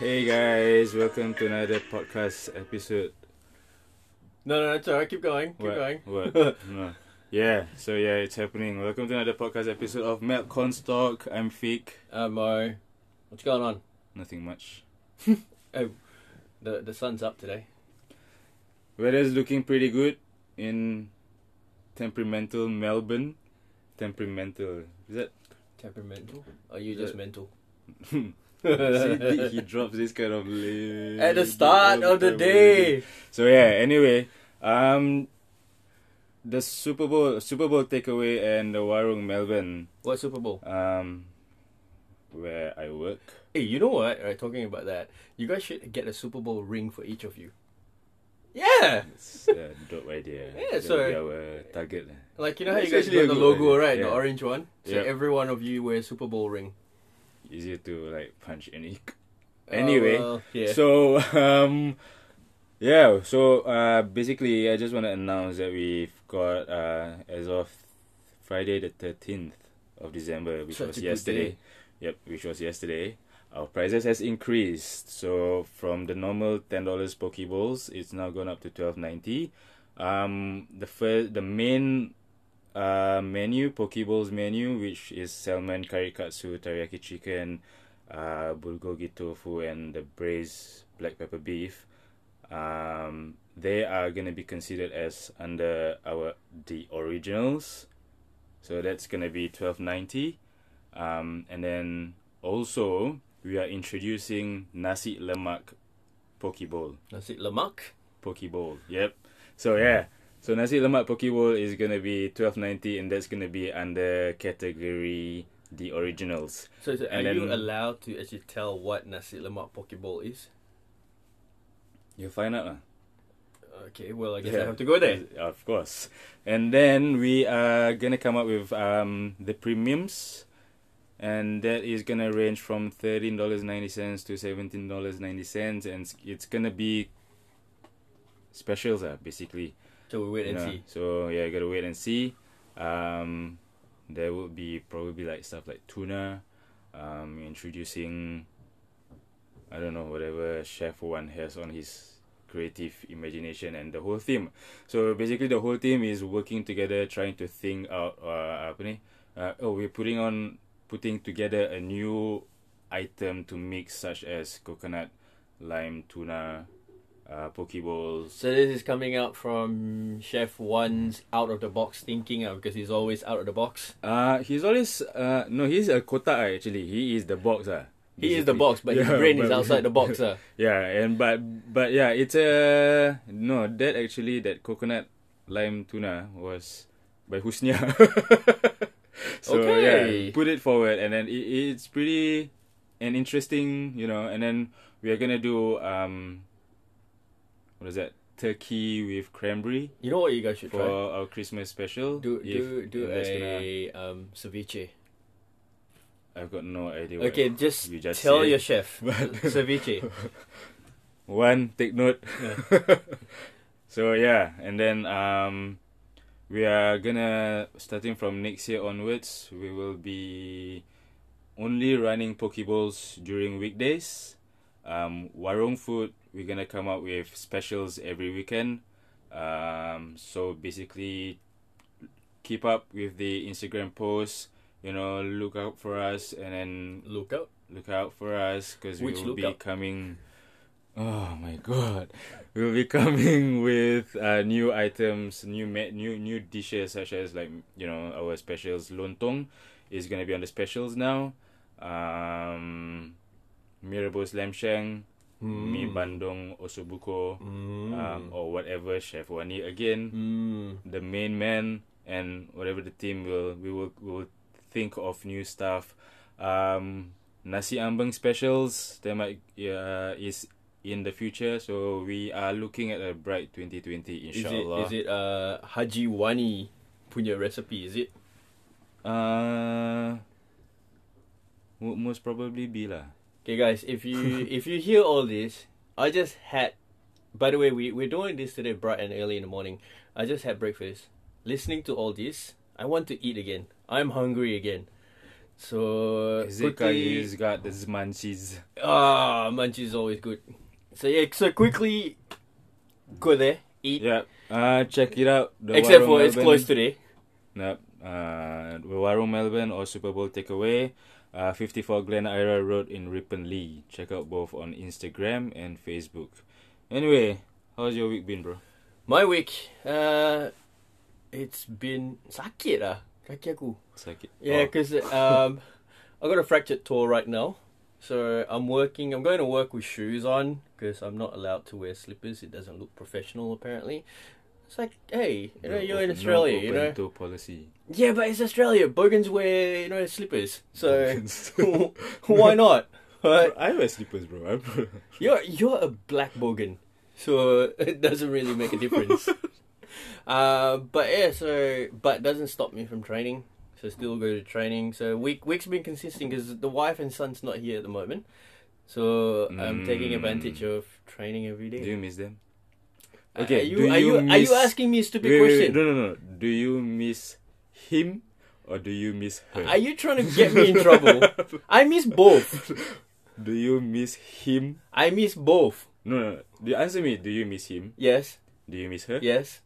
guys, welcome to another podcast episode. No, no, that's all right. Keep going. Keep What? going. What? No. Yeah, so yeah, it's happening. Welcome to another podcast episode of Melt Constock. I'm Fik. Uh, Mo, what's going on? Nothing much. The the sun's up today. Weather's looking pretty good in temperamental Melbourne. Temperamental. Is that? Temperamental? Are you just Yeah. mental? See, he drops this kind of. At the start of the day. So yeah, anyway, um the Super Bowl Super Bowl takeaway and the Warung Melbourne What Super Bowl? um where I work. Hey, you know what? Right, talking about that, you guys should get a Super Bowl ring for each of you. Yeah, It's a dope idea. Yeah, That so- would be our target. eh? like you know how That's you guys actually a got the good logo, idea. right? The Yeah. orange one. So Yeah. every one of you wear a Super Bowl ring. Easier to like punch any Oh, Anyway, well, yeah. So um yeah, so uh basically I just wanna announce that we've got uh as of Friday the thirteenth of December, which Such a was good yesterday. day. Yep, which was yesterday. Our prices has increased. So from the normal ten dollars pokeballs, it's now gone up to twelve ninety. Um the first the main uh menu, Pokeballs menu, which is salmon, curry katsu, teriyaki chicken, uh, bulgogi tofu and the braised black pepper beef, um, they are going to be considered as under our the originals. So that's going to be twelve ninety, um, and then also we are introducing nasi lemak pokeball That's it. Lemak. pokeball. Yep. So yeah. So nasi lemak pokeball is gonna be twelve ninety, and that's gonna be under category the originals. So, so are And you then- allowed to actually tell what nasi lemak pokeball is? You'll find out. lah. Okay, well I guess I Yeah. have to go there. Of course. And then we are gonna come up with um the premiums and that is gonna range from thirteen dollars ninety cents to seventeen dollars ninety cents and it's- it's gonna be specials uh, basically. So we wait you and know. see. So yeah, you gotta wait and see. Um there will be probably like stuff like tuna, um introducing I don't know, whatever chef one has on his creative imagination and the whole team. So basically, the whole team is working together, trying to think out uh, apa ni? Uh, oh, we're putting on putting together a new item to mix, such as coconut, lime, tuna, uh, pokeballs. So this is coming out from Chef One's out of the box thinking uh, because he's always out of the box. Uh, he's always uh, no, he's a kota ah, actually. He is the box ah. He is the basically. box, but his Yeah, brain is but- outside the box. Uh. Yeah, and but but yeah, it's a no. That actually, that coconut lime tuna was by Husnia. so Okay. yeah, put it forward, and then it, it's pretty and interesting, you know. And then we are gonna do um, what is that? Turkey with cranberry You know what you guys should for try? our Christmas special. Do If- if do do that's a um, gonna- ceviche. I've got no idea. what- Okay, just, you just tell said. your chef ceviche. One, take note. so yeah, and then um, we are gonna starting from next year onwards. We will be only running pokeballs during weekdays. Um, Warung food. We're gonna come up with specials every weekend. Um, so basically, keep up with the Instagram posts. You know, look out for us, and then Look out! look out for us because we Which will look be out? coming. Oh my god, we'll be coming with uh, new items, new ma- new new dishes such as like you know our specials lontong is gonna be on the specials now. Um, mee rebus lamb shank, Hmm. mi bandung osobuko, Mm. um, or whatever chef wani again Mm. the main man and whatever the team will we will we will think of new stuff. Um, nasi ambeng specials there might uh, is in the future, so we are looking at a bright 2020 Is it inshallah. is it uh, Haji Wani punya recipe? Is it? Uh, would most probably be lah. Okay, guys, if you if you hear all this, I just had. By the way, we we're doing this today bright and early in the morning. I just had breakfast. Listening to all this, I want to eat again. I'm hungry again. So Zeka's got the Zmanchis. Ah, munchies is always good. So yeah, so quickly go there, eat. Yeah. Uh, check it out. The Except Warung for it's Melbourne- closed today. Yep. Uh, Warung Melbourne or Super Bowl Takeaway. Uh, 54 Glen Ira Road in Ripponlea. Check out both on Instagram and Facebook. Anyway, how's your week been, bro? My week, uh, it's been sakit lah kaki aku. Sakit. Yeah, Oh, because um, I got a fractured toe right now, so I'm working. I'm going to work with shoes on because I'm not allowed to wear slippers. It doesn't look professional, apparently. It's like, hey, you know, no you're in open- Australia, no you open know. Door policy. Yeah, but it's Australia. Bogans wear, you know, slippers. So why not? Right? Bro, I wear slippers, bro. I'm- You're you're a black bogan, so it doesn't really make a difference. uh, but yeah, so but doesn't stop me from training. So still go to training. So week week's been consistent because the wife and son's not here at the moment. So I'm taking Mm. advantage of training every day. Do you miss them? Uh, okay, are you, do are you you are you miss- asking me a stupid Wait, wait, wait, question? No, no, no. Do you miss him or do you miss her? Are you trying to get me in trouble? I miss both. Do you miss him? I miss both. No, no, no. Do you answer me. Do you miss him? Yes. Do you miss her? Yes.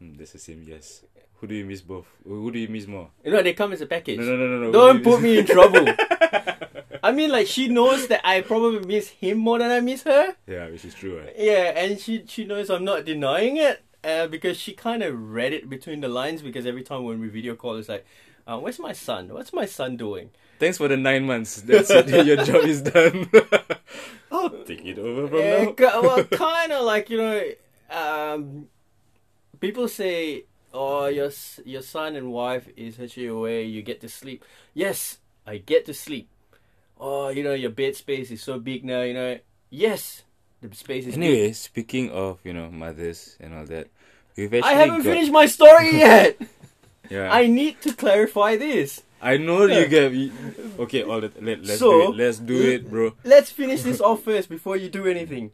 Hmm, that's the same. Yes. Who do you miss both? Who do you miss more? You know they come as a package. No, no, no, no. no. Who do Don't you put miss- me in trouble. I mean, like she knows that I probably miss him more than I miss her. Yeah, which is true. Right? Yeah, and she she knows I'm not denying it uh, because she kind of read it between the lines. Because every time when we video call, it's like, uh, "Where's my son? What's my son doing?" Thanks for the nine months. That's it. Your job is done. Oh, I'll take it over from Yeah, now. ki- Eh, well, kind of like you know, um, people say, "Oh, your s- your son and wife is actually away. You get to sleep." Yes, I get to sleep. Oh, you know your bed space is so big now. You know, yes, the space is. big. Anyway, speaking of you know mothers and all that, we've actually I haven't got- finished my story yet. Yeah, I need to clarify this. I know you get you- okay. All that let, let's do So- it. Let's do it, bro. Let's finish this off first before you do anything.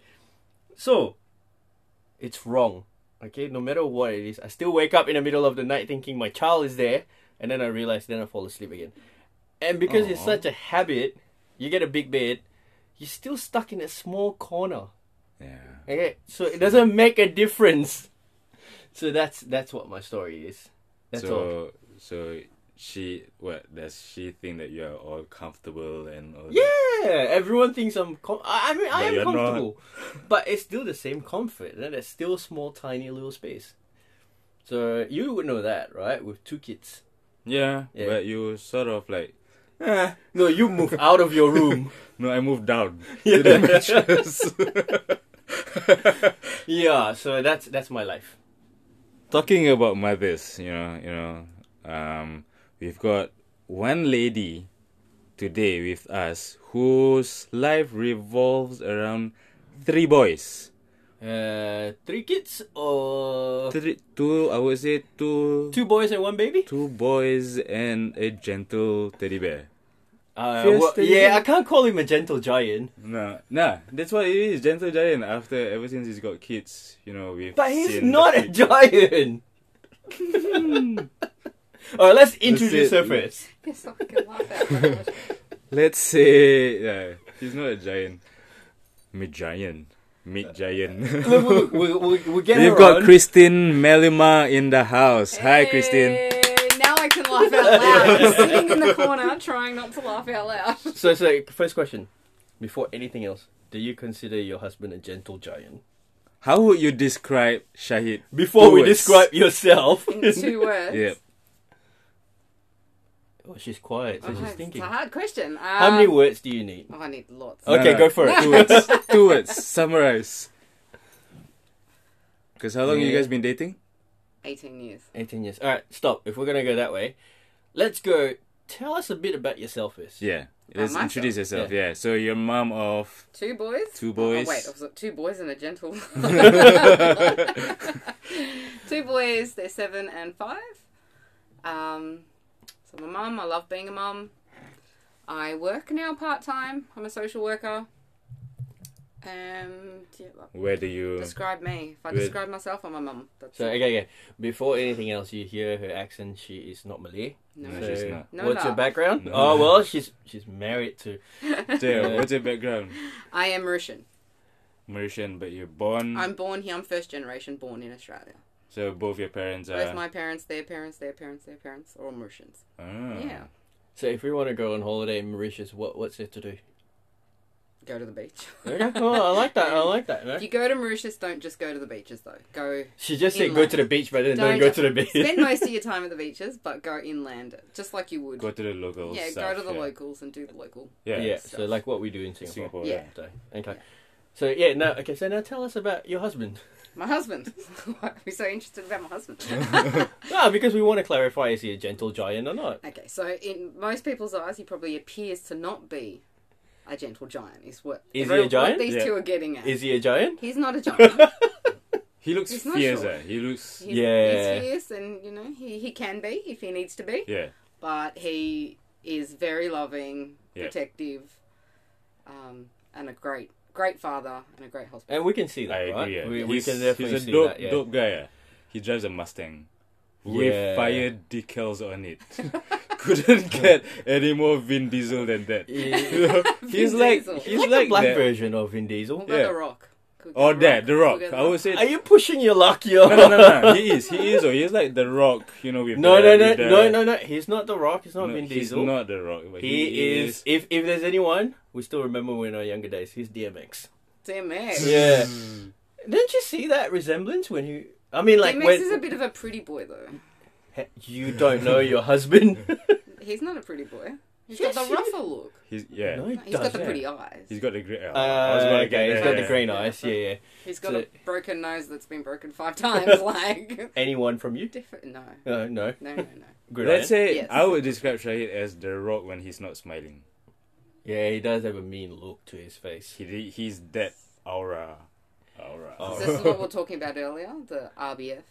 So, it's wrong. Okay, no matter what it is, I still wake up in the middle of the night thinking my child is there, and then I realize, then I fall asleep again. And because it's Aw. such a habit, you get a big bed, you're still stuck in a small corner. Yeah. Okay, so it doesn't make a difference. So that's that's what my story is. That's all. so so she what does she think that you are all comfortable and all that? Yeah, everyone thinks I'm. Com- I, I mean, I But am you're not. comfortable, but it's still the same comfort. And it's still small, tiny little space. So you would know that, right? With two kids. Yeah, Yeah. But you sort of like No, you move out of your room. no, I moved down to the yeah. mattress. yeah, so that's that's my life. Talking about mothers, you know, you know, um, we've got one lady today with us whose life revolves around three boys. Uh, three kids or Three, two, I would say two, two boys and one baby. two boys and a gentle teddy bear. Uh, Fierce well, teddy yeah, bear. I can't call him a gentle giant, Nah, nah, that's what it is. Gentle giant. After ever since he's got kids, you know, we've. but he's seen not the a giant. Hmm. All right, let's introduce it. her first. Yes, I can laugh at that. Let's say, yeah, he's not a giant. Mid giant, mid giant. Look, look, we'll, we'll, we'll get We've her got on. Christine Melima in the house. Hi, Christine. Hey, Now I can laugh out loud. Sitting in the corner trying not to laugh out loud. So, so first question, before anything else, do you consider your husband a gentle giant? How would you describe Shahid? Before we Two words. describe yourself, In two words. Yeah, oh, she's quiet, so Oh, she's it's thinking. a hard question. Um, How many words do you need? Oh, I need lots. Okay. No, no, go for it. Two words. Two words. Summarize. Because how long you guys been dating? 18 years. Eighteen years. All right, stop. If we're gonna go that way, let's go. Tell us a bit about yourself first. Yeah. Let's myself. introduce yourself. Yeah. So you're mom of Two boys? Two boys. Oh, wait, was it two boys and a gentle? two boys, they're seven and five. Um, so I'm a mum. I love being a mum. I work now part time. I'm a social worker. Um, yeah, well, Where do you? describe me. If I Good. describe myself, I'm a mum. That's So it. okay, okay. Before anything else, you hear her accent. She is not Malay. No. No, so she's not. No, what's no. her background? No. Oh well, she's she's married to. Tell, what's your background? I am Mauritian. Mauritian, but you're born. I'm born here. I'm first generation born in Australia. So both your parents are. Both my parents, their parents, their parents, their parents, are all Mauritians. Ah. Yeah. So if we want to go on holiday in Mauritius, what what's there to do? Go to the beach. Okay, cool. I like that. I like that. If you go to Mauritius, don't just go to the beaches though. Go She just said In go life. to the beach, but then Don't- don't, go to the beach. spend most of your time at the beaches, but go inland, just like you would. Go to the local. yeah, stuff, go to the yeah. locals and do the local. Yeah. yeah, so stuff. like what we do in Singapore. Singapore. Yeah. yeah. So, okay. Yeah. So yeah, now okay. So now tell us about your husband. My husband. Why are we so interested about my husband? Ah, because we want to clarify: is he a gentle giant or not? okay, so in most people's eyes, he probably appears to not be a gentle giant. Is what Is he a what giant? these Yeah. two are getting at. Is he a giant? He's not a giant. He looks He's not fierce. short. eh? He looks. He's, Yeah. he's fierce, and you know he, he can be if he needs to be. Yeah. but he is very loving, Yeah. protective, um, and a great, great father and a great husband. And we can see that, I right? agree. Yeah. We, we he's, can definitely he's a see dope, that. Yeah. dope guy. eh? He drives a Mustang Yeah. with fire decals on it. Couldn't get any more Vin Diesel than that. Yeah. You know, he's like Diesel. he's He's like, like the black that. version of Vin Diesel. We'll go yeah. The Rock. Could go Oh, Or that, The Rock. We'll go I would say Are you pushing your luck, yo? no, no, no, no. He is. He is. Or he is like the Rock. You know, with No, the, no, no, with the, no, no, no. He's not The Rock. He's not no, Vin he's Diesel. not the Rock. But he, is, If if there's anyone, we still remember when our younger days. He's DMX. DMX. Yeah. Mm. Didn't you see that resemblance when you? I mean, like DMX when is a bit of a pretty boy though. He- you don't know your husband. He's not a pretty boy. He's Yes, got he the is. rougher look. He's yeah. No, he He's got the doesn't. pretty eyes. He's got the great. Oh, I was Uh, gonna okay, get he's there. got the green Yeah. eyes. Yeah, yeah. He's got so- a broken nose that's been broken five times. like Anyone from you? different. No, Uh, no, no, no, no. good. Let's say Yes. I would describe Shahid as the Rock when he's not smiling. Yeah, he does have a mean look to his face. He he's that aura, aura. Oh. So this is what we were talking about earlier. The RBF.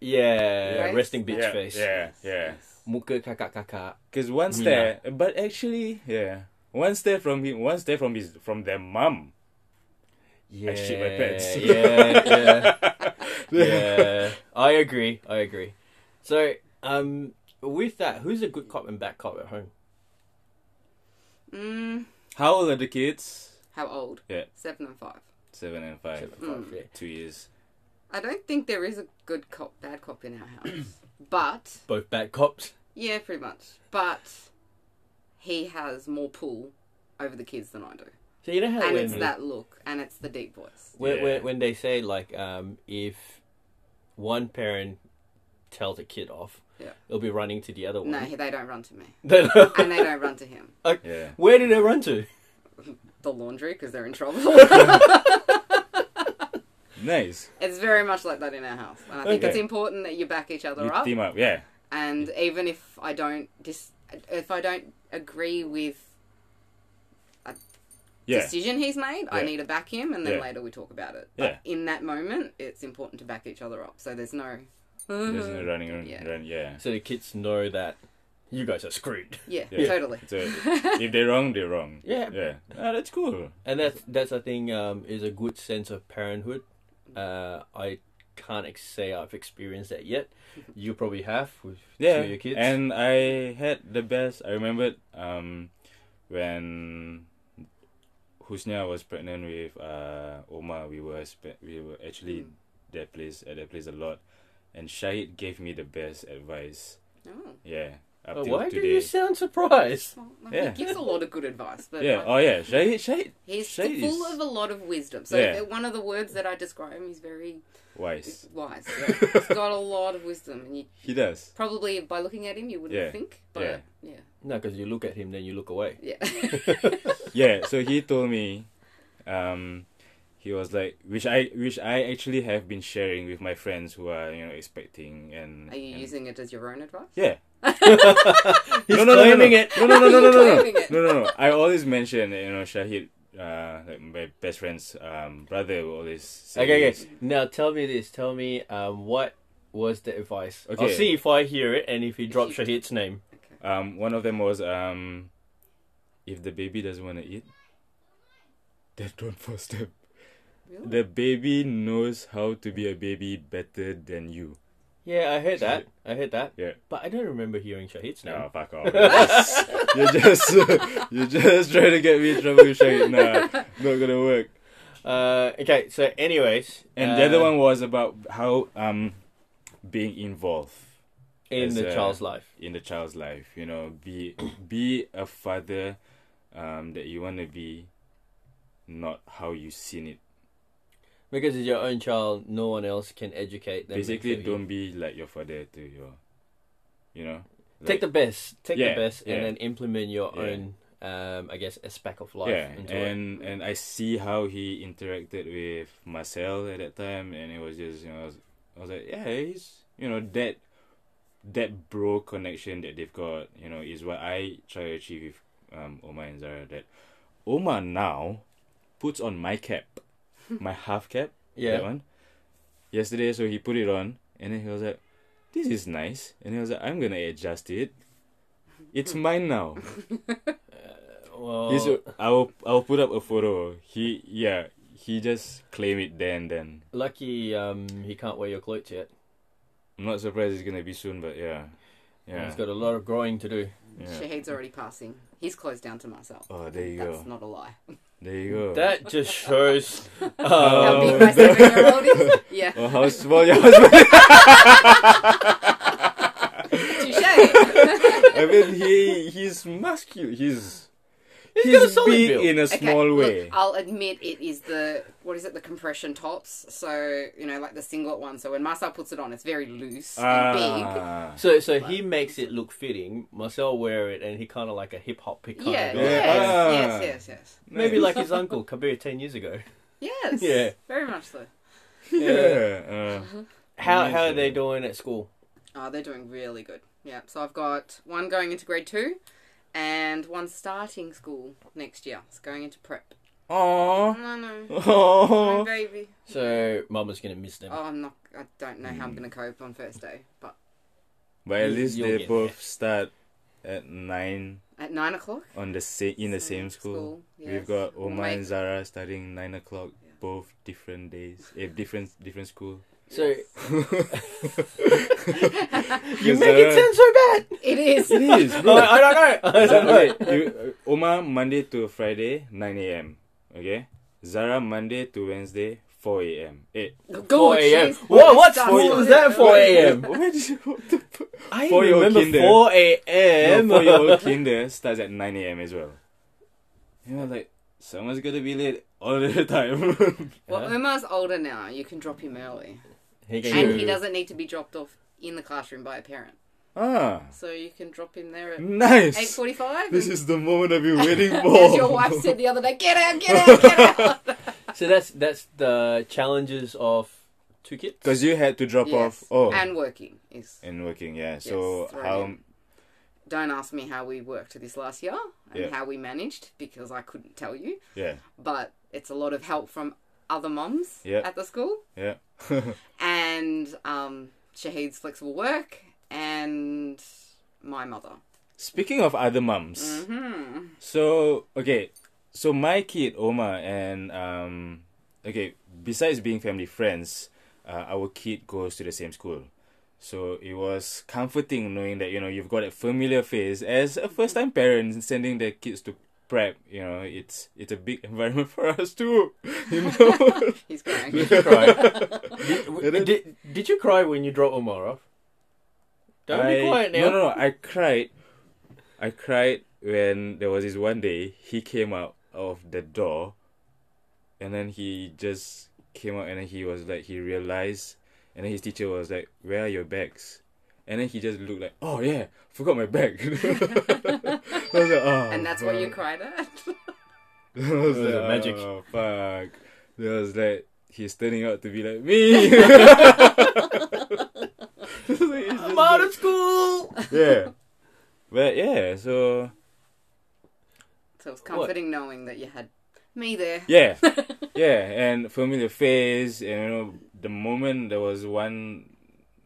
Yeah, Right? resting bitch yeah, face. yeah, yeah. Muka kakak kakak. Because one stare, but actually, yeah, one stare from him, one stare from his from their mum. Yeah, shit my pants. yeah, yeah, yeah. I agree. I agree. So, um, with that, who's a good cop and bad cop at home? Mm, How old are the kids? how old? Yeah. Seven and five. Seven and five, Seven, five, Mm. yeah. two years. I don't think there is a good cop, bad cop in our house. but Both bad cops. yeah, pretty much. But he has more pull over the kids than I do, So you know how and when it's that look, and it's the deep voice. when, Yeah. when when they say like um if one parent tells a kid off, Yeah. it'll be running to the other one. No, he- they don't run to me, Then- and they don't run to him. Yeah, Where do they run to? The laundry because they're in trouble. nice. it's very much like that in our house, and I think Okay. it's important that you back each other You up. team up, yeah. and even if I don't dis- if I don't agree with Yeah, decision he's made. I Yeah. need to back him, and then Yeah. later we talk about it. Yeah. But in that moment, it's important to back each other up. So there's no. there's no running, run, Mm-hmm. Yeah. run, yeah. So the kids know that you guys are screwed. Yeah, Yeah. totally. Oh, So if they're wrong, they're wrong. Yeah. yeah. Ah, that's cool. And that's that's I think um, is a good sense of parenthood. Uh, I can't ex- say I've experienced that yet. You probably have with yeah two of your kids. and i had the best i remembered um when husnia was pregnant with uh omar we were spe- we were actually Hmm. Mm. that place at that place a lot and shahid gave me the best advice Oh. yeah up But till why do today you sound surprised? Well, like, Yeah. He gives a lot of good advice, but yeah like, oh yeah shahid shahid he's Shade full is- of a lot of wisdom. So Yeah. the- one of the words that I describe him, he's very wise wise. Yeah. he's got a lot of wisdom, and you he does probably by looking at him, you wouldn't Yeah. think. But yeah, No, because you look at him, then you look away. yeah. yeah so he told me um he was like which i which i actually have been sharing with my friends who are you know expecting and Are you and- using it as your own advice? yeah He's no, no, no, claiming it. No, no, no, no, no, no, no, Claiming it. no, no, no. I always mention, you know, Shahid, uh, like my best friend's um, brother will always say Okay, this. okay. Now tell me this. Tell me um, what was the advice? I'll Okay. see if I hear it and if he drops you- Shahid's name. Okay. Um, one of them was, um, if the baby doesn't want to eat, then don't force them. Really? The baby knows how to be a baby better than you. Yeah, I heard that. I heard that. Yeah. But I don't remember hearing Shahid's name. No, fuck off. you're just you're just trying to get me in trouble with Shahid. Nah, not gonna work. Uh, okay, so anyways, And uh, the other one was about how um being involved in is, the uh, child's life. in the child's life. You know, be be a father um that you wanna be, not how you seen it. Because it's your own child, no one else can educate them. Basically, except you. don't be like your father to your, you know. take the best, take Yeah, the best, yeah. and then implement your Yeah. own, um, I guess, a speck of life yeah, into it. and and I see how he interacted with Marcel at that time, and it was just you know I was, I was like yeah he's you know that that bro connection that they've got you know is what I try to achieve with um Omar and Zara that Omar now puts on my cap, my half cap that Yeah, one yesterday, so he put it on, and then he was like this is nice, and he was like I'm gonna adjust it. It's mine now. well, He's, Oh, I'll I'll put up a photo. He yeah, he just claim it there and then. lucky um, he can't wear your clothes yet. I'm not surprised it's gonna be soon, but yeah, yeah. He's got a lot of growing to do. yeah. Shahid's already passing. He's closed down to Marcel. Oh, there you That's go. not a lie. There you go. That just shows. How Oh, Um, big my seven-year-old is? Yeah. oh, how small your husband! Touche. I mean, he he's muscular. He's he's, got a solid big build. in a small way. Look, I'll admit it is the what is it? The compression tops. So you know, like the singlet one. So when Marcel puts it on, it's very loose and big. Ah. so, so he makes it look fitting. Marcel wear it, and he kind of like a hip hop pick. Yeah. Yes. Yeah. Ah. Yes. Yes. Yes. Maybe Nice. like his uncle Kabir ten years ago. Yes. Yeah. Very much so. yeah. Uh, How how are they doing at school? Oh, they're doing really good. Yeah. So I've got one going into grade two, and one starting school next year. It's going into prep. Aw. No, no. My Aw. baby. So mama's gonna miss them. Oh, I'm not. I don't know how Mm. I'm going to cope on first day, but But at least You'll they get both start at nine at nine o'clock on the same in the same school. We've got We'll Omar and make- Zara starting nine o'clock, both different days, eh, different different school. So You you make it sound so bad. It is. It is, No, bro. I don't know. I Zara, don't know. okay, you- uh, Omar Monday to Friday nine a.m. Okay, Zara Monday to Wednesday four a.m. Eh, Good, 4 a.m. she's- What? What it's school done. was that for? 4 a.m.. Where did you? What the fu- I For your remember kinder. 4 a.m. No, four year old kinder starts at nine a.m. as well. You know, like someone's gonna be late all the time. Well, Yeah. Omar's older now. You can drop him early, He can- and he doesn't need to be dropped off in the classroom by a parent. ah, So you can drop him there at nice. eight forty-five. This is the moment I've been waiting for. As your wife said the other day, get out, get out, get out. So that's that's the challenges of two kids. Because you had to drop Yes. off. Oh, and, And working is. working, yeah. So Yes, right. how? Don't ask me how we worked this last year and Yeah. how we managed because I couldn't tell you. Yeah, But it's a lot of help from other moms Yeah. at the school yeah. and um, Shahid's flexible work and my mother. Speaking of other mums, Mm-hmm. so okay, so my kid Oma and um, okay, besides being family friends, uh, our kid goes to the same school. So it was comforting knowing that you know you've got a familiar face as a first-time parent and sending their kids to prep. You know, it's it's a big environment for us too. You know. He's growing. did, did, did you cry when you dropped Omar off? Don't I- be quiet now. No, no, no. I cried. I cried when there was this one day he came out of the door, and then he just came out, and then he was like he realized, and then his teacher was like, "Where are your bags?" And then he just looked like, "Oh yeah, forgot my bag." I was like, "Oh," and that's what you fuck." cried at? I was It was like, a magic. "Oh, fuck. There was like he's turning out to be like me. I'm out of school. yeah. But yeah, so so it's comforting knowing that you had me there. yeah, yeah, and familiar face, and you know, the moment there was one,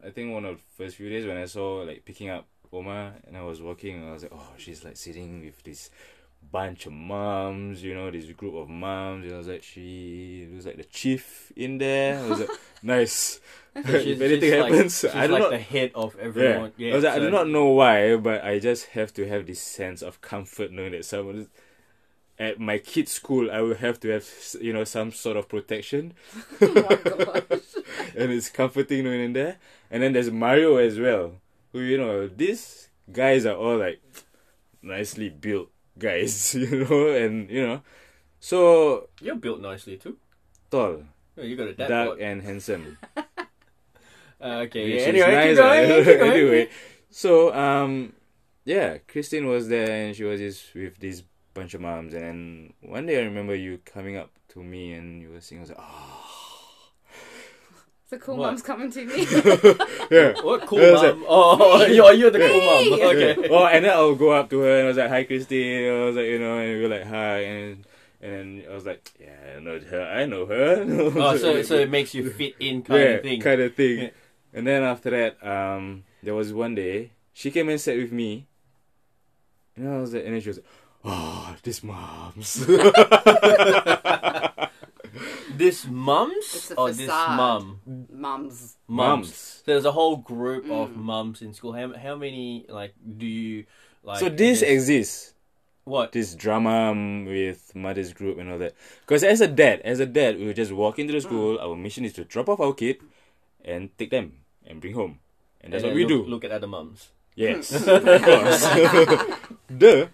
I think one of the first few days when I saw like picking up Oma, and I was walking, and I was like, oh, she's like sitting with this bunch of moms, you know, this group of moms. And I was like, she was like the chief in there. I was like, nice. So she's- if anything she's like- happens, she's I do like not. the head of yeah. everyone. I was like, I so- do not know why, but I just have to have this sense of comfort knowing that someone is. At my kid's school, I will have to have you know some sort of protection, oh my gosh. and it's comforting knowing in there. And then there's Mario as well, who you know these guys are all like nicely built guys, you know, and you know, so You're built nicely too. tall, Yeah, you got a dad dark, bod. and handsome. Uh, okay. which is Yeah, anyway, nice, keep going, uh, keep going. anyway, so um, yeah, Christine was there and she was just with this bunch of moms. And then one day I remember you coming up to me and you were saying, "I was like, "Ah." The cool What? mum's coming to me. oh, yeah." What cool It was mom? Oh, you're, you're the cool mom. Me. Okay. Yeah. Oh, and then I'll go up to her and I was like, "Hi, Christine." I was like, you know, and we were like, "Hi," and and then I was like, "Yeah, I know her. I know her." Oh, so so it makes you fit in kind yeah, of thing. kind of thing. Yeah. And then after that, um, there was one day she came and sat with me, and I was like, and then she was, like, oh, this mom's. This mums It's a or this facade. mum? Mums. Mums. So there's a whole group of mums in school. How how many like do you like? So this just- exists, what? this drama um, with mother's group and all that. Because as a dad, as a dad, we would just walk into the Mm. school. Our mission is to drop off our kid, and take them and bring home, and that's what And we then look, do. Look at other mums. Yes, of course. Duh.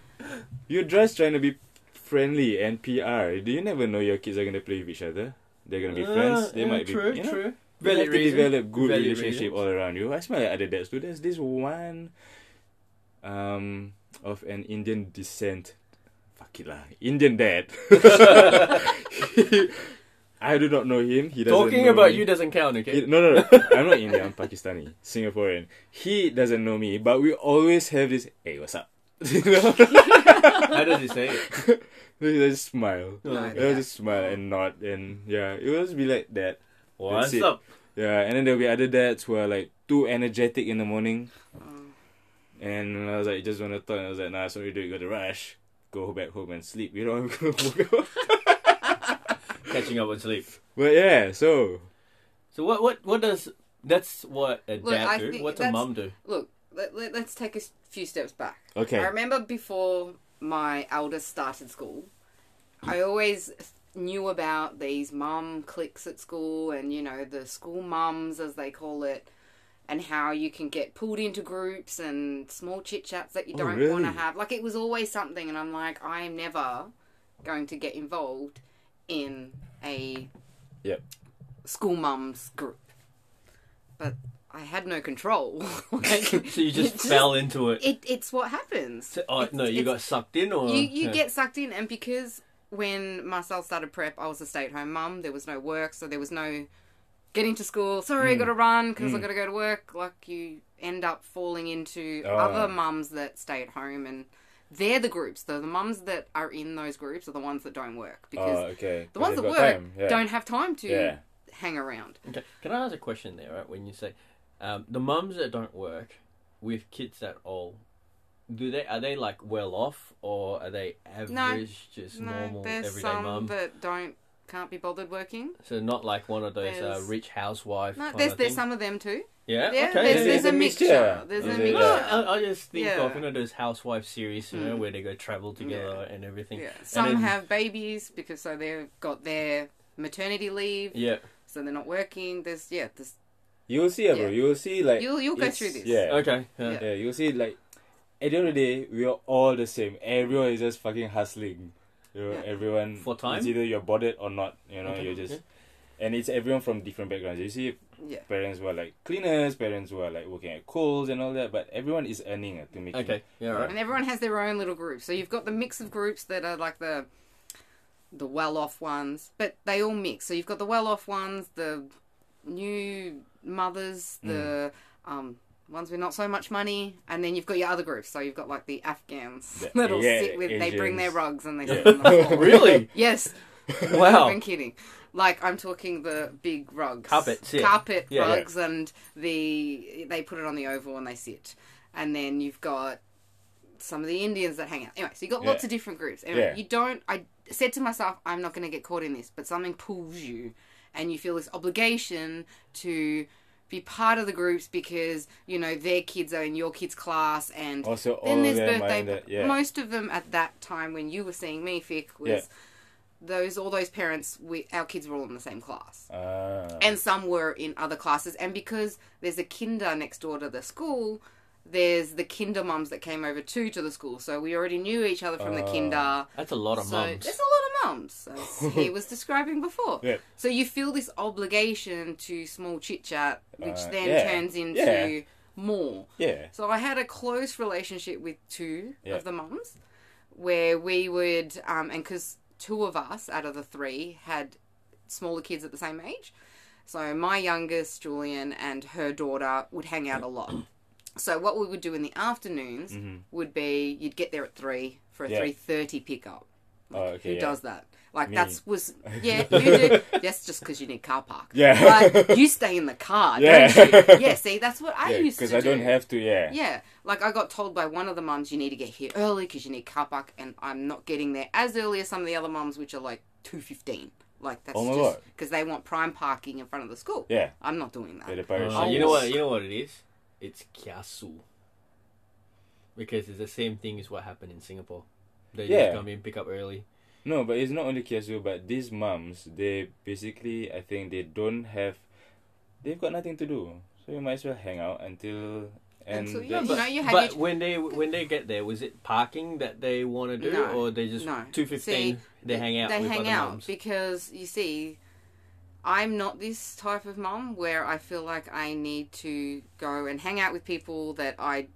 You're just trying to be friendly and PR. Do you never know your kids are going to play with each other? They're going to be friends. Uh, They yeah, might true, be. You know, true. you have to develop good Valid relationship all reasons. around you. I smell like other dads too. There's this one um, of an Indian descent. Fuck it lah. Indian dad. I do not know him. He doesn't Talking know me. about you doesn't count, okay? It- no, no, no. I'm not Indian. I'm Pakistani, Singaporean. He doesn't know me, but we always have this. Hey, what's up? you know, How does he say it? they just smile. No, They will just smile and nod, and yeah, it will just be like that. What's it. up? Yeah, and then there'll be other dads who are like too energetic in the morning, Mm. and I was like, just want to talk. And I was like, nah, sorry, dude, you got to rush. Go back home and sleep. You know, I'm gonna walk out. Catching up on sleep. But yeah, so So what what what does that's what a Look, I dad do? think What's a that's- mum do? Look, let, let, let's take a s- few steps back. I okay, remember before my eldest started school, I always knew about these mum cliques at school and, you know, the school mums, as they call it, and how you can get pulled into groups and small chit chats that you Oh, don't really? want to have. Like, it was always something, and I'm like, I am never going to get involved in a Yep. school mums group. But I had no control. like, So you just it's fell into it. it, it's what happens. So- oh It's- no, you it's- got oh, sucked in, or you, you yeah. get sucked in, and because when Marcel started prep, I was a stay at home mum. There was no work, so there was no getting to school. Hmm. Sorry, I got to run because I got to go to work. Like you end up falling into Oh. Ah. other mums that stay at home, and they're the groups. The the mums that are in those groups are the ones that don't work because oh, okay. the ones that They've got work time, yeah. don't have time to Yeah. hang around. Okay. Can I ask a question there? Right, when you say um, the mums that don't work with kids at all, do they are they like well off or are they average, just No, normal there's everyday some mum? that don't can't be bothered working. So not like one of those uh, There's- rich housewife. No, kind there's of there's thing? some of them too. Yeah, Yeah, okay. there's, yeah. there's a There's a mixture. mixture. There's There's a a- mixture. No, I, I just think Yeah. Mm. of you know those housewife series, you know, where they go travel together and everything. Yeah. And Some then- have babies because so they've got their maternity leave, Yeah. so they're not working. There's yeah, there's, You will see, yeah. bro. Yeah. You will see, like You'll- you'll go it's- through this. Yeah. Okay. Yeah. Yeah. Yeah, you see, like, at the end of the day, we are all the same. Everyone is just fucking hustling. You know, Yeah. everyone. For time? It's either you're bothered or not. You know, Okay, you're just. okay. And it's everyone from different backgrounds. You see, yeah. parents who are like cleaners, parents who are like working at Coles and all that, but everyone is earning uh, to make it. Okay. Yeah. all Right. And everyone has their own little group. So you've got the mix of groups that are like the the well off ones, but they all mix. So you've got the well off ones, the new mothers, Mm. the um, ones with not so much money, and then you've got your other groups. So you've got like the Afghans The- that'll yeah, sit with they bring their Asians. rugs and they Yeah. sit on the floor. really? Yes. Wow. I'm kidding. Like I'm talking the big rugs, Carpets, yeah. carpet Yeah, yeah. rugs, and the they put it on the oval and they sit, and then you've got some of the Indians that hang out. Anyway, so you got Yeah. lots of different groups. Anyway, Yeah. you don't. I said to myself, I'm not going to get caught in this, but something pulls you, and you feel this obligation to be part of the groups because you know their kids are in your kids' class, and Also, all then of there's them are birthday. in that. par- Yeah, Most of them at that time when you were seeing me, Fick, was Yeah. those all those parents. We our kids were all in the same class Ah. and some were in other classes. And because there's a kinder next door to the school, there's the kinder mums that came over too to the school. So we already knew each other from the Ah. kinder. That's a lot of so mums. there's a lot of mums, as he was describing before. Yeah. So you feel this obligation to small chit chat, which Uh, then yeah. turns into Yeah. more. yeah, So I had a close relationship with two Yeah. of the mums, where we would, um, and because two of us out of the three had smaller kids at the same age. So my youngest, Julian, and her daughter would hang out a lot. So what we would do in the afternoons would be you'd get there at three for a Mm-hmm. Yeah. three thirty pickup. Like, Oh, okay, who yeah. does that? Like Me. that's was yeah you do. That's just because you need car park. Yeah. but you stay in the car, Yeah. don't you? Yeah. See, that's what I used to because do. I don't have to. Yeah, Yeah, like I got told by one of the mums, you need to get here early because you need car park, and I'm not getting there as early as some of the other mums, which are like two fifteen. Like that's Oh my just God. because they want prime parking in front of the school. yeah. I'm not doing that. yeah the pirate Uh, ship you is- know what? You know what it is? It's kiasu. Because it's the same thing as what happened in Singapore. They Yeah. just come in, pick up early. No, but it's not only Kiasu, but these mums, they basically, I think they don't have, they've got nothing to do. So you might as well hang out until. And Until, yeah, that's- but- No, you had but your- when they when they get there, was it parking that they want to do, No. or they just No. two fifteen? See, They hang out. They with hang other out mums. because you see, I'm not this type of mum where I feel like I need to go and hang out with people that I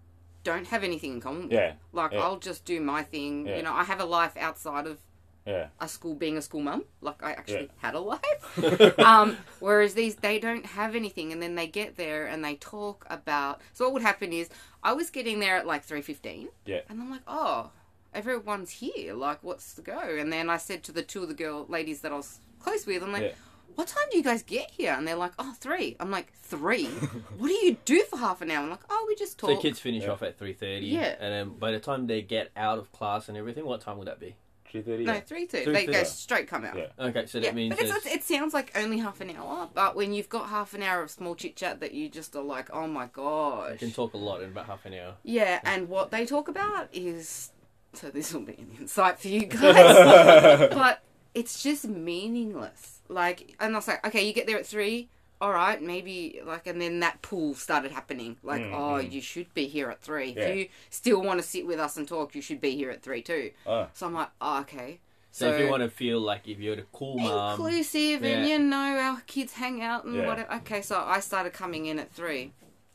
don't have anything in common with. yeah, Like Yeah. I'll just do my thing. Yeah. You know, I have a life outside of yeah. a school being a school mum. Like I actually Yeah. had a life. um, whereas these they don't have anything, and then they get there and they talk about. So what would happen is I was getting there at like three fifteen. Yeah. And I'm like, oh, everyone's here. Like, what's the go? And then I said to the two of the girl ladies that I was close with, I'm like. Yeah. What time do you guys get here? And they're like, oh, three. I'm like, three? what do you do for half an hour? I'm like, oh, we just talk. So kids finish Yeah. off at three thirty. Yeah. And then by the time they get out of class and everything, what time would that be? 3.30. No, three thirty. They 3:30. go straight come out. Yeah. Okay, so that Yeah, means but it's, there's- it's- it sounds like only half an hour, but when you've got half an hour of small chit chat that you just are like, oh my you can gosh. talk a lot in about half an hour. Yeah, and what they talk about is. So this will be an insight for you guys. but it's just meaningless. Like, and I was like, okay, you get there at three. All right, maybe like, and then that pool started happening. Like, oh, you should be here at three. Mm, Yeah. If you still want to sit with us and talk, you should be here at three too. Ah. So I'm like, oh, okay. So, if you want to feel like if you're the cool mom, inclusive and yeah. you know our kids hang out and Um, Yeah. whatever okay so i started coming in at three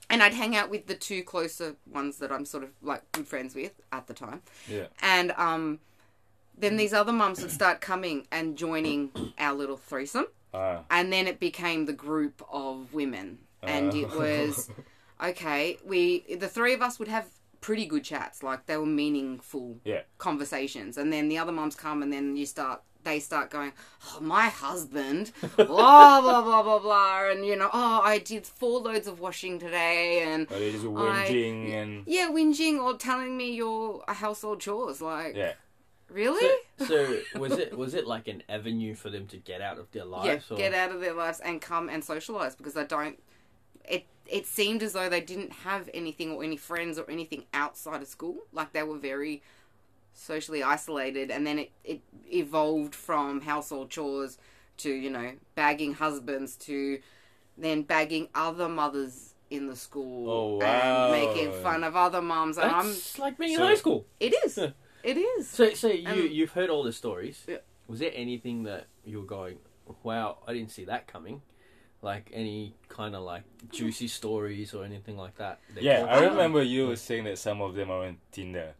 and i'd hang out with the two closer ones that i'm sort of like good friends with at the time Yeah. and um then these other mums would start coming and joining our little threesome Ah. and then it became the group of women and it was okay we the three of us would have pretty good chats like they were meaningful Yeah. conversations and then the other moms come and then you start they start going oh my husband blah blah blah blah blah and you know oh i did four loads of washing today and Or they just I- whinging and. yeah whinging or telling me your household chores like Yeah. really So, so was it was it like an avenue for them to get out of their lives? yeah, or? get out of their lives and come and socialize because I don't. It it seemed as though they didn't have anything or any friends or anything outside of school. Like they were very socially isolated, and then it it evolved from household chores to you know bagging husbands to then bagging other mothers in the school Oh, wow. and making fun of um, other mums. And I'm That's like being So- in high school. it is it is. So, so you Um, you've heard all the stories. Yeah. Was there anything that you were going, wow, I didn't see that coming? Like any kind of like juicy stories or anything like that? that Yeah, caught I you? Ah. remember you were saying that some of them are on Tinder.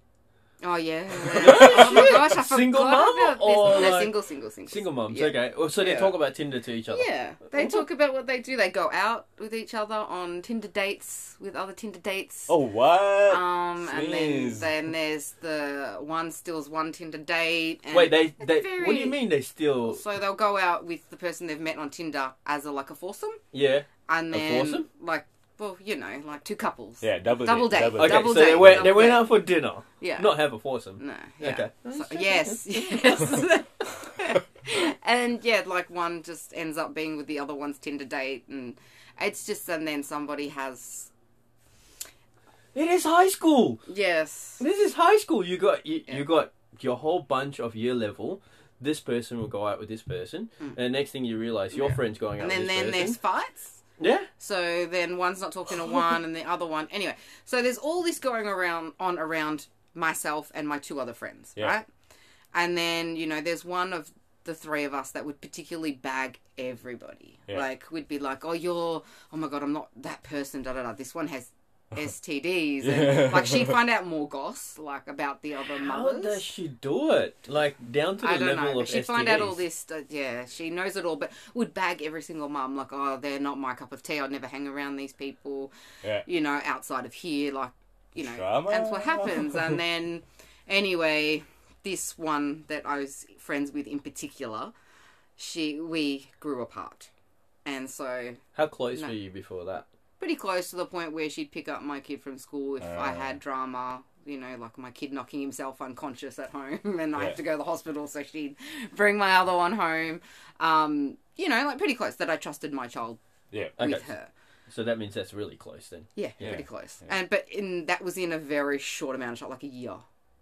Oh yeah. oh my gosh, I forgot Single mum about this. or, no, like- single, single, single, Single moms, Yeah. okay. Oh, so they Yeah. talk about Tinder to each other. Yeah, they Oh. talk about what they do. They go out with each other on Tinder dates with other Tinder dates. Oh, what? Um, and then Sneeze. then there's the one steals one Tinder date. And Wait, they, it's they what do very- you mean they still? So they'll go out with the person they've met on Tinder as a like a foursome, Yeah, and then foursome? like well you know, like two couples. Yeah, double Double date. date. Double Okay, date. Double so they date, went they double went date. out for dinner, Yeah. not have a foursome. No. Yeah. Okay. So- yes. Yes. and yeah, like one just ends up being with the other one's Tinder date, and it's just and then somebody has It is high school. yes. This is high school. You got you, Yeah. you got your whole bunch of year level. This person will go out with this person, and the next thing you realize, your Yeah. friend's going out Mm. And then with this then person. there's fights. Yeah, So then one's not talking to one, and the other one. Anyway, so there's all this going around on around myself and my two other friends, Yeah. right? And then you know, there's one of the three of us that would particularly bag everybody. Yeah. Like we'd be like, "Oh, you're, oh my god, I'm not that person." Da da da. This one has STDs. And, like she'd find out more goss, like about the other how mothers. does she do it? Like down to the I don't level know. But of she'd find out all STDs. this. Stuff. Yeah, she knows it all, but would bag every single mum like, oh, they're not my cup of tea. I'd never hang around these people. Yeah. You know, outside of here, like, you know, Drama. that's what happens. and then, anyway, this one that I was friends with in particular, she we grew apart, and so How close No. were you before that? pretty close to the point where she'd pick up my kid from school if I Ah. Oh. had drama. You know, like my kid knocking himself unconscious at home, and I Yeah. have to go to the hospital, so she'd bring my other one home. Um, you know, like pretty close that I trusted my child Yeah. Okay. with her. So that means that's really close then. Yeah, Yeah. pretty close. And but in that was in a very short amount of time, like a year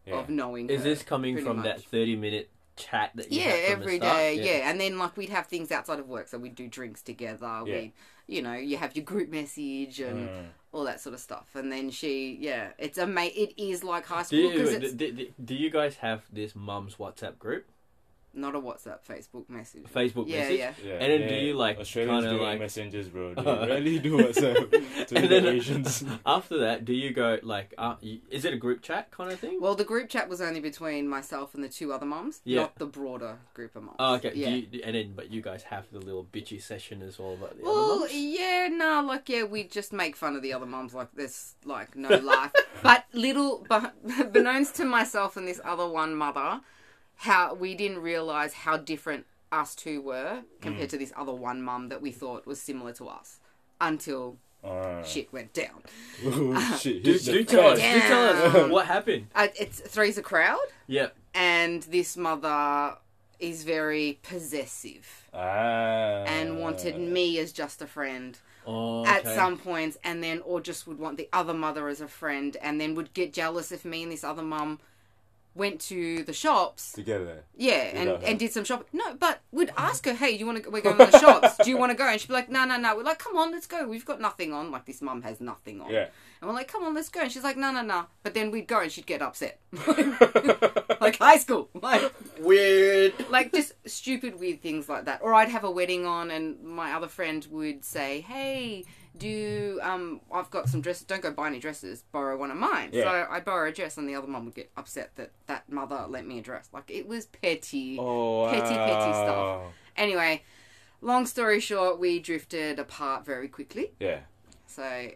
Yeah. of knowing. Is her. this coming pretty from that much. thirty-minute chat that you Yeah, had from every the start? day. Yeah. and then like we'd have things outside of work, so we'd do drinks together. Yeah. We, you know, you have your group message and Mm. all that sort of stuff. And then she, yeah, it's a mate. It is like high Do school because you it's do, do, do you guys have this mum's WhatsApp group, not a WhatsApp, Facebook message. Facebook yeah, message? yeah. Yeah, And then do they- you, like, Australians kinda do like- messengers, bro? They rarely do WhatsApp to And the then- uh, Asians. After that, do you go like? Uh, you, is it a group chat kind of thing? Well, the group chat was only between myself and the two other mums, Yeah. not the broader group of mums. Oh, okay. Yeah. Do you, and then, but you guys have the little bitchy session as well about the other well, mums? yeah, no, like yeah, we just make fun of the other mums like this, like no life. But little, beh- beknownst to myself and this other one mother, how we didn't realize how different us two were Mm. compared to this other one mum that we thought was similar to us until Uh, shit Uh-huh. went down. oh, shit. Do, he's do just tell us. fat. Do tell us Damn. what happened. Uh, it's three's a crowd, Yeah. and this mother is very possessive Ah. and wanted me as just a friend Oh, at okay. some points, and then or just would want the other mother as a friend, and then would get jealous if me and this other mum went to the shops. together. Yeah, and, Without her. and did some shopping. No, but would ask her, "Hey, you want to? We're going to the shops. Do you want to go?" And she'd be like, "No, no, no." We're like, "Come on, let's go. We've got nothing on. Like this mum has nothing on." Yeah. And we're like, come on, let's go. And she's like, no, no, no. But then we'd go and she'd get upset. like high school. Like, Weird. like just stupid, weird things like that. Or I'd have a wedding on and my other friend would say, hey, do, um, I've got some dresses. Don't go buy any dresses. Borrow one of mine. Yeah. So I borrow a dress and the other mum would get upset that that mother lent me a dress. Like it was petty. Oh, wow. Petty, petty stuff. Anyway, long story short, we drifted apart very quickly. Yeah. So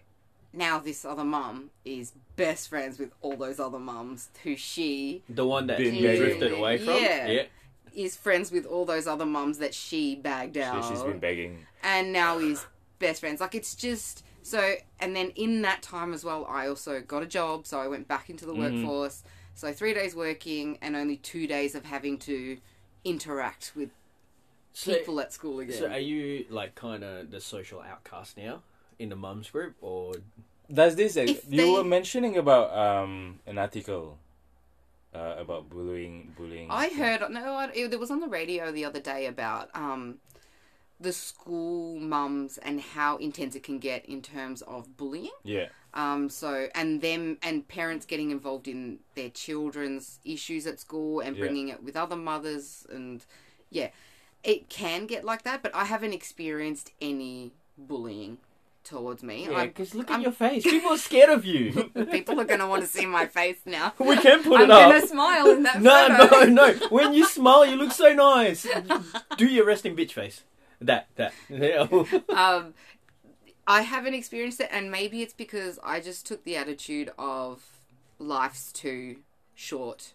now this other mum is best friends with all those other mums who she The one that Been you married. drifted away from. Yeah. Yeah. is friends with all those other mums that she bagged out. She, she's been begging. and now is best friends. Like it's just so and then in that time as well I also got a job, so I went back into the workforce. So three days working and only two days of having to interact with So, people at school again. so are you like kind of the social outcast now in the mums group, or Does this? You If they- were mentioning about um an article. Uh, about bullying, bullying. I heard no, I, it, it was on the radio the other day about um, the school mums and how intense it can get in terms of bullying. Yeah. Um, so and them and parents getting involved in their children's issues at school and Yeah. bringing it with other mothers and yeah, it can get like that. But I haven't experienced any bullying towards me. I'm- because look I'm- at your face. People are scared of you. people are going to want to see my face now. we can put I'm it up. going to smile in that No, photo. no, no. When you smile, you look so nice. Do your resting bitch face. That, that. Yeah. um, I haven't experienced it, and maybe it's because I just took the attitude of life's too short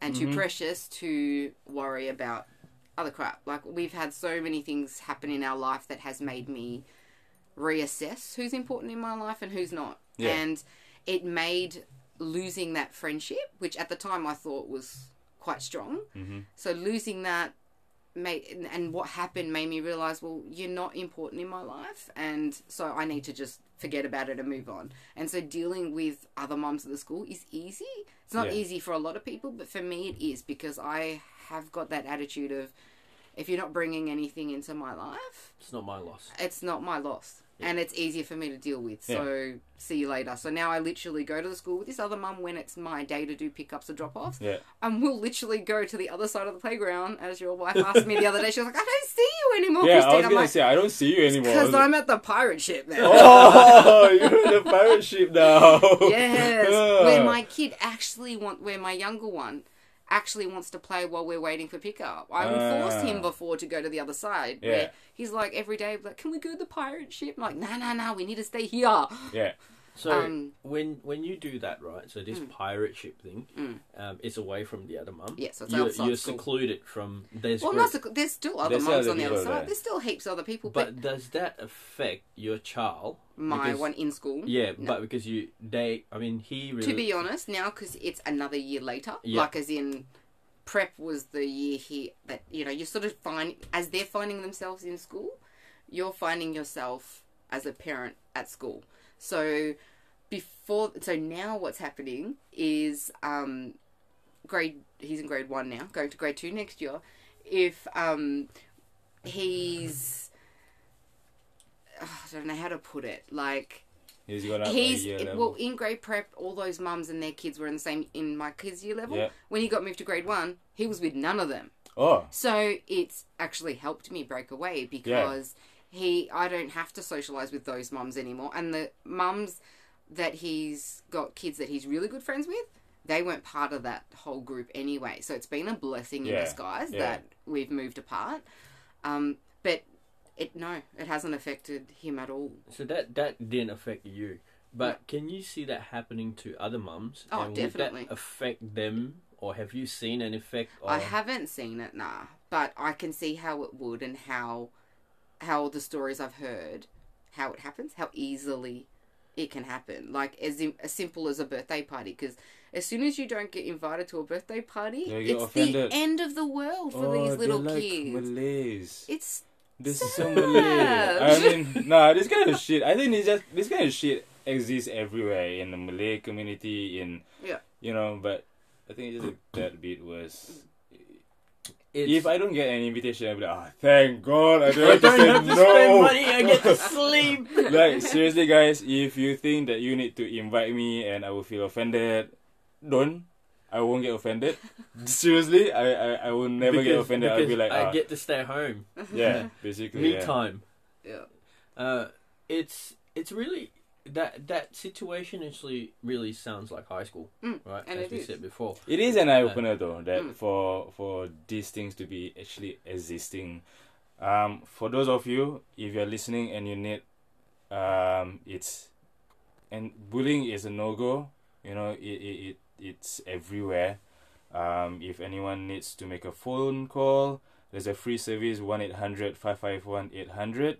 and too precious to worry about other crap. Like, we've had so many things happen in our life that has made me reassess who's important in my life and who's not. Yeah. And it made losing that friendship, which at the time I thought was quite strong. Mm-hmm. So losing that made and what happened made me realize, well, you're not important in my life, and so I need to just forget about it and move on. And so dealing with other mums at the school is easy. It's not Yeah. easy for a lot of people, but for me it is because I have got that attitude of if you're not bringing anything into my life, It's not my loss. it's not my loss. And it's easier for me to deal with. So see you later. So now I literally go to the school with this other mum when it's my day to do pickups or drop offs. Yeah. And we'll literally go to the other side of the playground, as your wife asked me the other day. She was like, I don't see you anymore, yeah, I was Christine. I'm gonna like, say I don't see you anymore. because I'm at the pirate ship now. oh, you're in the pirate ship now. Yes, Yeah. where my kid actually want, where my younger one actually wants to play while we're waiting for pickup. I've Ah. forced him before to go to the other side. Yeah. Where he's like every day, like, can we go to the pirate ship? I'm like, no, no, no, we need to stay here. yeah, So Um, mm. when when you do that, right? So this pirate ship thing, um, it's away from the other mum. Yeah, so it's you're, Mm. outside you're school. secluded from this. Well, group. not so, there's still other There's moms mums other on the other people side. there. There's still heaps of other people, but, but does that affect your child? my Because- one in school. Yeah, no. but because you they, I mean, he really. to be honest, now because it's another year later, Yeah. like as in prep was the year he that you know you sort of find as they're finding themselves in school, you're finding yourself as a parent at school. So before, so now what's happening is um, grade he's in grade one now, going to grade two next year. If um, he's I don't know how to put it, like he's gonna. he's a year level. well in grade prep. All those mums and their kids were in the same in my kids' year level. Yeah. When he got moved to grade one, he was with none of them. oh, So it's actually helped me break away because he I don't have to socialize with those mums anymore. And the mums that he's got kids that he's really good friends with, they weren't part of that whole group anyway. So it's been a blessing Yeah, in disguise yeah. that we've moved apart. Um, but it no, it hasn't affected him at all. So that that didn't affect you, but can you see that happening to other mums? Oh, and definitely. Would that affect them, or have you seen an effect? Of, Oh. I haven't seen it, nah. But I can see how it would and how how the stories I've heard, how it happens, how easily it can happen. Like as im- as simple as a birthday party, because as soon as you don't get invited to a birthday party, They get it's offended. the end of the world for oh, these little they're like kids. Malays. It's This is so Sad. Malay. I mean, nah, this kind of shit. I think it's just this kind of shit exists everywhere in the Malay community. In Yeah. you know, but I think it's just a bad bit worse. It's, if I don't get an invitation, I'll be like, oh, thank God, I don't I have to don't say have to no. spend money, I get to sleep. like seriously, guys, if you think that you need to invite me and I will feel offended, don't. I won't get offended. Seriously, I I, I will never get Because- offended. I'll because be like, I ah, get to stay home, yeah, basically, me yeah. time. yeah. Uh, it's it's really that that situation actually really sounds like high school, Mm, right? and As it we is. said before. It is an eye opener though that Mm. for for these things to be actually existing. Um, for those of you, if you're listening and you need, um, it's, and bullying is a no go. You know, it, it it it's everywhere. Um, if anyone needs to make a phone call, there's a free service one 800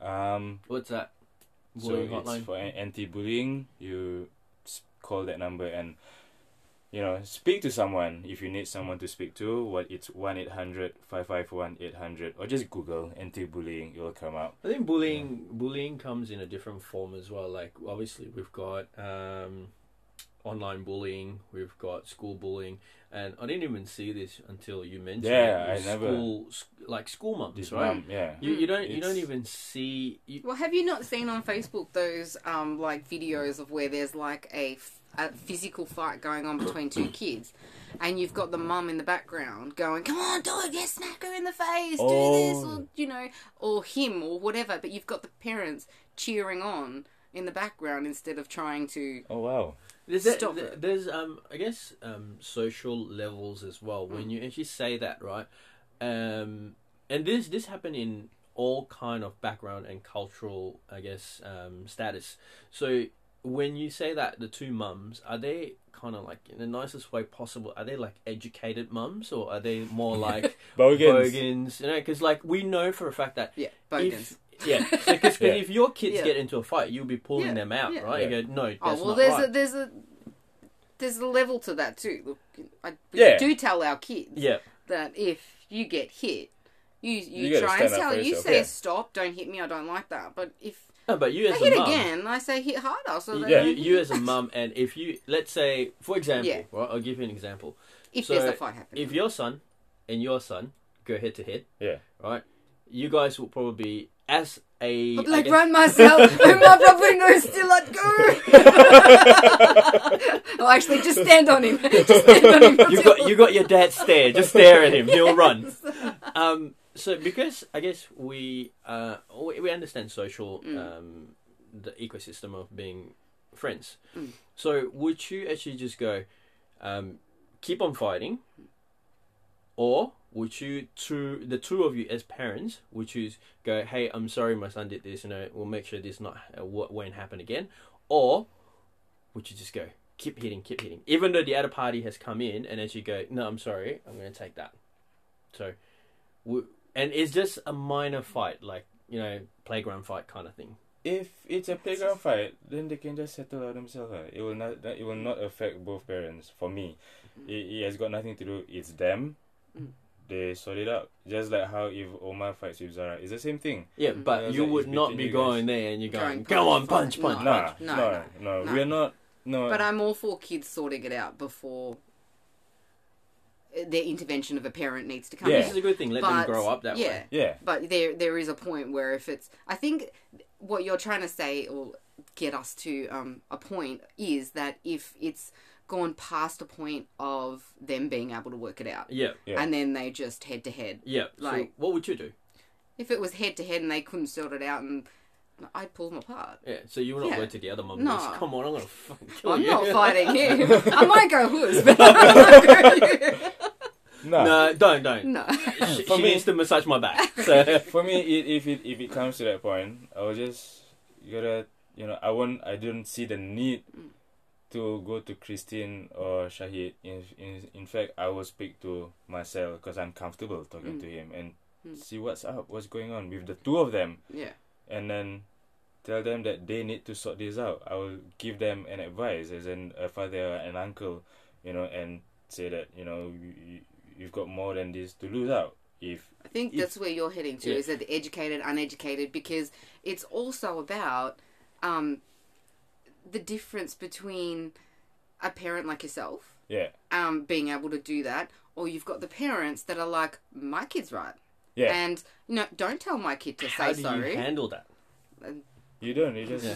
Um, What's that? so Bullying it's hotline? for an- anti-bullying. You s- call that number and you know speak to someone if you need someone to speak to. What it's one 800 or just Google anti-bullying. It'll come up. I think bullying bullying comes in a different form as well. Like obviously we've got um, online bullying, we've got school bullying, and I didn't even see this until you mentioned. Yeah, it. I never- School, sc- like school mums, This right? mom, yeah. You, you don't you It's- don't even see. You, Well, have you not seen on Facebook those um, like videos of where there's like a, f- a physical fight going on between two kids, and you've got the mum in the background going, "Come on, do it! Get smack her in the face! Do this, Oh. or you know, or him, or whatever." But you've got the parents cheering on in the background instead of trying to. Oh wow. There's, Stop there- it. there's um, I guess um, social levels as well. Mm. When you actually say that, right? Um, and this this happened in all kind of background and cultural, I guess, um, status. So when you say that, the two mums are they kind of like in the nicest way possible? Are they like educated mums, or are they more like Bogans. bogans? You know, because like we know for a fact that Yeah, bogans. if yeah, because Yeah. if your kids Yeah. get into a fight, you'll be pulling Yeah, them out, yeah. right? Yeah. You go, no, that's Oh well, not there's right. a there's a there's a level to that too. Look, I, we Yeah. do tell our kids yeah, that if you get hit, you you, You gotta try and stand up tell for you yourself. say Yeah. stop, don't hit me, I don't like that. But if No, but you as they hit a mum, again, I say hit harder. So they Yeah. you, don't you hit. as a mum, and if you let's say, for example, Yeah. right? I'll give you an example. if so there's a fight happening, If your son and your son go head to head, Yeah. right? You guys will probably as a I'll be I like guess- run myself, and my front finger is still not go. oh, actually, just stand on him. Just stand on him. you got you got your dad stare. Just stare at him. He'll run. Um, so because I guess we uh, we we understand social um, the ecosystem of being friends. So would you actually just go um, keep on fighting, or would you two the two of you as parents would you go hey I'm sorry my son did this you know we'll make sure this not uh, won't won't happen again, or would you just go keep hitting, keep hitting, even though the other party has come in and as you go, no, I'm sorry, I'm going to take that. So, w- and it's just a minor fight, like you know, playground fight kind of thing. If it's a playground fight, then they can just settle out themselves. ah. It will not. It will not affect both parents. For me, Mm-hmm. it, it has got nothing to do. It's them. Mm. They sort it out. Just like how if Omar fights with Zara, it's the same thing. Yeah, Mm. but Yeah, you like, would it's not between be you going there and you're going, Going go on, punch, punch, punch, No, Nah, no, no, no, no. We're not. No. But I'm all for kids sorting it out before their intervention of a parent needs to come Yeah. This in. is a good thing. Let But- them grow up that yeah. way. yeah. But there there is a point where if it's I think what you're trying to say or get us to um, a point is that if it's gone past a point of them being able to work it out Yeah, Yeah. and then they just head to head. yeah. so Like- what would you do? If it was head to head and they couldn't sort it out and I'd pull them apart. Yeah, so you would not Yeah. work together, mum. No. Just, Come on, I'm gonna fucking kill I'm you. not fighting him. I might go who's but I'm not going to Nah. no, don't, don't. you. No. She, For she me- needs to massage my back. So. For me, it, if it if it comes to that point, I will just you gotta you know I won't I don't see the need to go to Christine or Shahid. In in, in fact, I will speak to Marcel because I'm comfortable talking Mm. to him and see what's up, what's going on with the two of them, Yeah. and then tell them that they need to sort this out. I will give them an advice as an a father and uncle, you know, and say that you know you, you, you've got more than this to lose out if I think If- that's where you're heading to Yeah. is that the educated, uneducated, because it's also about um, the difference between a parent like yourself yeah um, being able to do that, or you've got the parents that are like, my kid's right. yeah. And no, don't tell my kid to How say do sorry. you handle that? You don't. You just.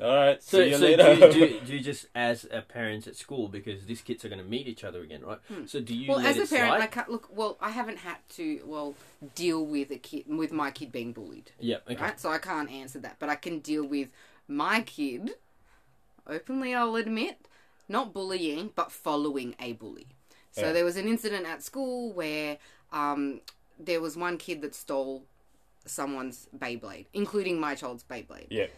All right. So, see you so later. do, you, do, you- do you just as a parents at school because these kids are going to meet each other again, right? So do you Hmm. well, let as a it parent, slide? I can't look. Well, I haven't had to well deal with a kid with my kid being bullied. yeah, okay. right? So I can't answer that, but I can deal with my kid. Openly, I'll admit, not bullying, but following a bully. So Yeah. there was an incident at school where um, there was one kid that stole someone's Beyblade, including my child's Beyblade. yeah. I've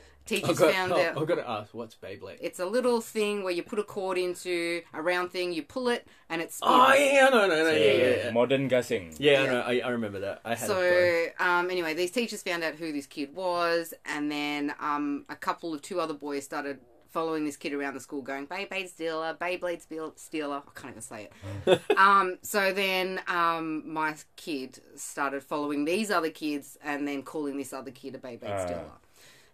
Teachers got, found oh, out. I've got to ask, what's Beyblade? It's a little thing where you put a cord into a round thing, you pull it, and it spins. Oh yeah, no, no, no, yeah, yeah, yeah. Modern guessing. Yeah, Yeah. no, I, I remember that. I had a So um, anyway, these teachers found out who this kid was, and then um, a couple of two other boys started following this kid around the school, going Beyblade stealer, Beyblade steal- stealer. I can't even say it. um, so then um, my kid started following these other kids, and then calling this other kid a Beyblade Ah. stealer.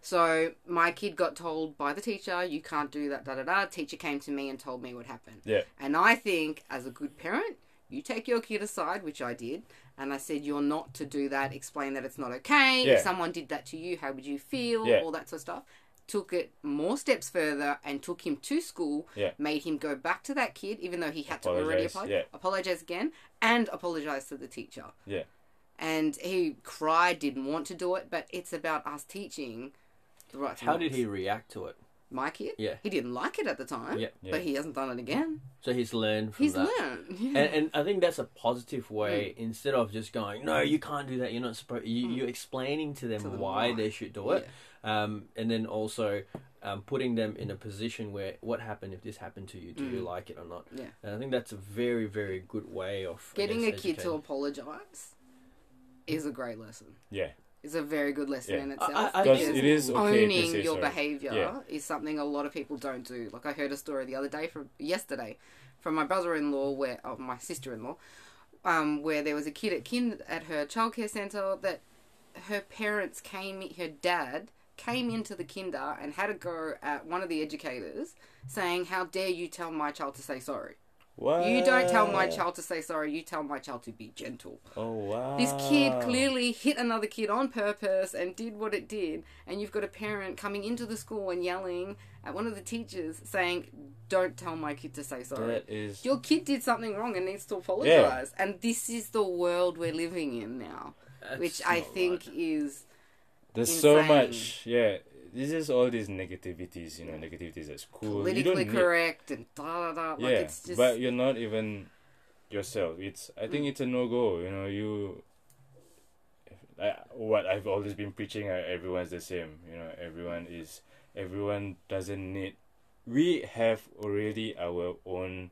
So my kid got told by the teacher, "You can't do that." Da da da. Teacher came to me and told me what happened. Yeah. And I think, as a good parent, you take your kid aside, which I did, and I said, You're not to do that. Explain that it's not okay. Yeah. If someone did that to you, how would you feel? Yeah. All that sort of stuff. Took it more steps further and took him to school, Yeah. made him go back to that kid, even though he had to already Apologise, apologize, yeah. apologize again, and apologize to the teacher. Yeah. And he cried, didn't want to do it, but it's about us teaching the right How did things. he react to it? My kid? Yeah. He didn't like it at the time, Yeah. Yeah. but he hasn't done it again. So he's learned from He's that. learned. Yeah. And, and I think that's a positive way. Mm. Instead of just going, no, you can't do that. You're not supposed. You, You're explaining to them, To them why, why. they should do it, um, and then also um, putting them in a position where, what happened if this happened to you? Do you like it or not? Mm. Yeah. And I think that's a very, very good way of I Getting a guess, kid to educating. apologize is a great lesson. Yeah. is a very good lesson Yeah. in I- itself. I- I Because think- because it is okay to owning say your sorry. behavior Yeah. is something a lot of people don't do. Like I heard a story the other day from yesterday from my brother-in-law, where oh, my sister-in-law, um, where there was a kid at kin at her childcare center that her parents came, her dad came Mm-hmm. into the kinder and had a go at one of the educators saying, "How dare you tell my child to say sorry? What? You don't tell Uh. my child to say sorry. You tell my child to be gentle." Oh wow. This Ah. kid clearly hit another kid on purpose and did what it did, and you've got a parent coming into the school and yelling at one of the teachers saying, Don't tell my kid to say sorry. That is. Your kid did something wrong and needs to apologize. And this is the world we're living in now, That's which I not think right. is. There's so insane. much. Yeah. This is all these negativities. You know, negativities at school. You don't Politically need- correct and da da da. Like yeah, it's just Mm. but you're not even yourself. It's I think it's a no go. You know, you. I, what I've always been preaching, uh, everyone's the same. You know, everyone is. Everyone doesn't need. We have already our own.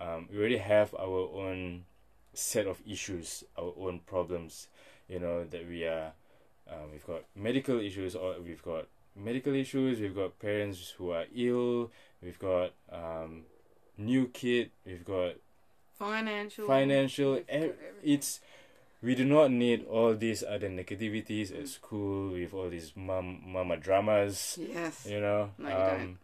Um, we already have our own set of issues, our own problems. You know that we are. Um, we've got medical issues. Or we've got medical issues. We've got parents who are ill. We've got um, new kid we've got financial. financial We've got ev- everything. it's we do not need all these other negativities at school with all these mum mama dramas Yes. you know No, you um don't.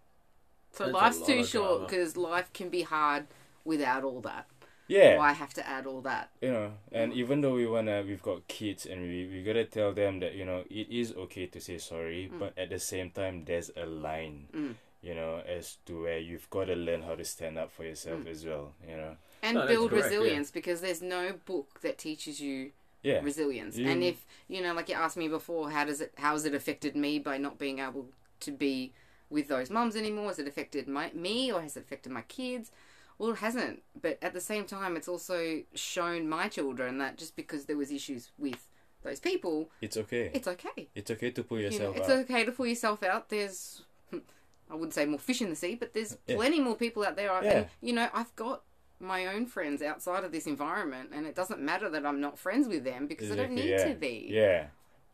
So That's a life's lot too of short drama. because life can be hard without all that. yeah Why have to add all that? you know and even though we wanna we've got kids and we, we gotta tell them that you know it is okay to say sorry but at the same time there's a line Mm. you know as to where you've gotta learn how to stand up for Mm. yourself as well you know and No, that's build correct, yeah. resilience because there's no book that teaches you yeah resilience. You- And if you know, like you asked me before, how does it how has it affected me by not being able to be with those mums anymore? Has it affected my me or has it affected my kids? Well, it hasn't. But at the same time, it's also shown my children that just because there was issues with those people, it's okay it's okay. it's okay to pull You know, yourself it's up okay to pull yourself out. There's, I wouldn't say more fish in the sea, but there's Yeah. plenty more people out there. I- Yeah. And, you know, I've got my own friends outside of this environment, and it doesn't matter that I'm not friends with them because I don't need Exactly, to be. Yeah,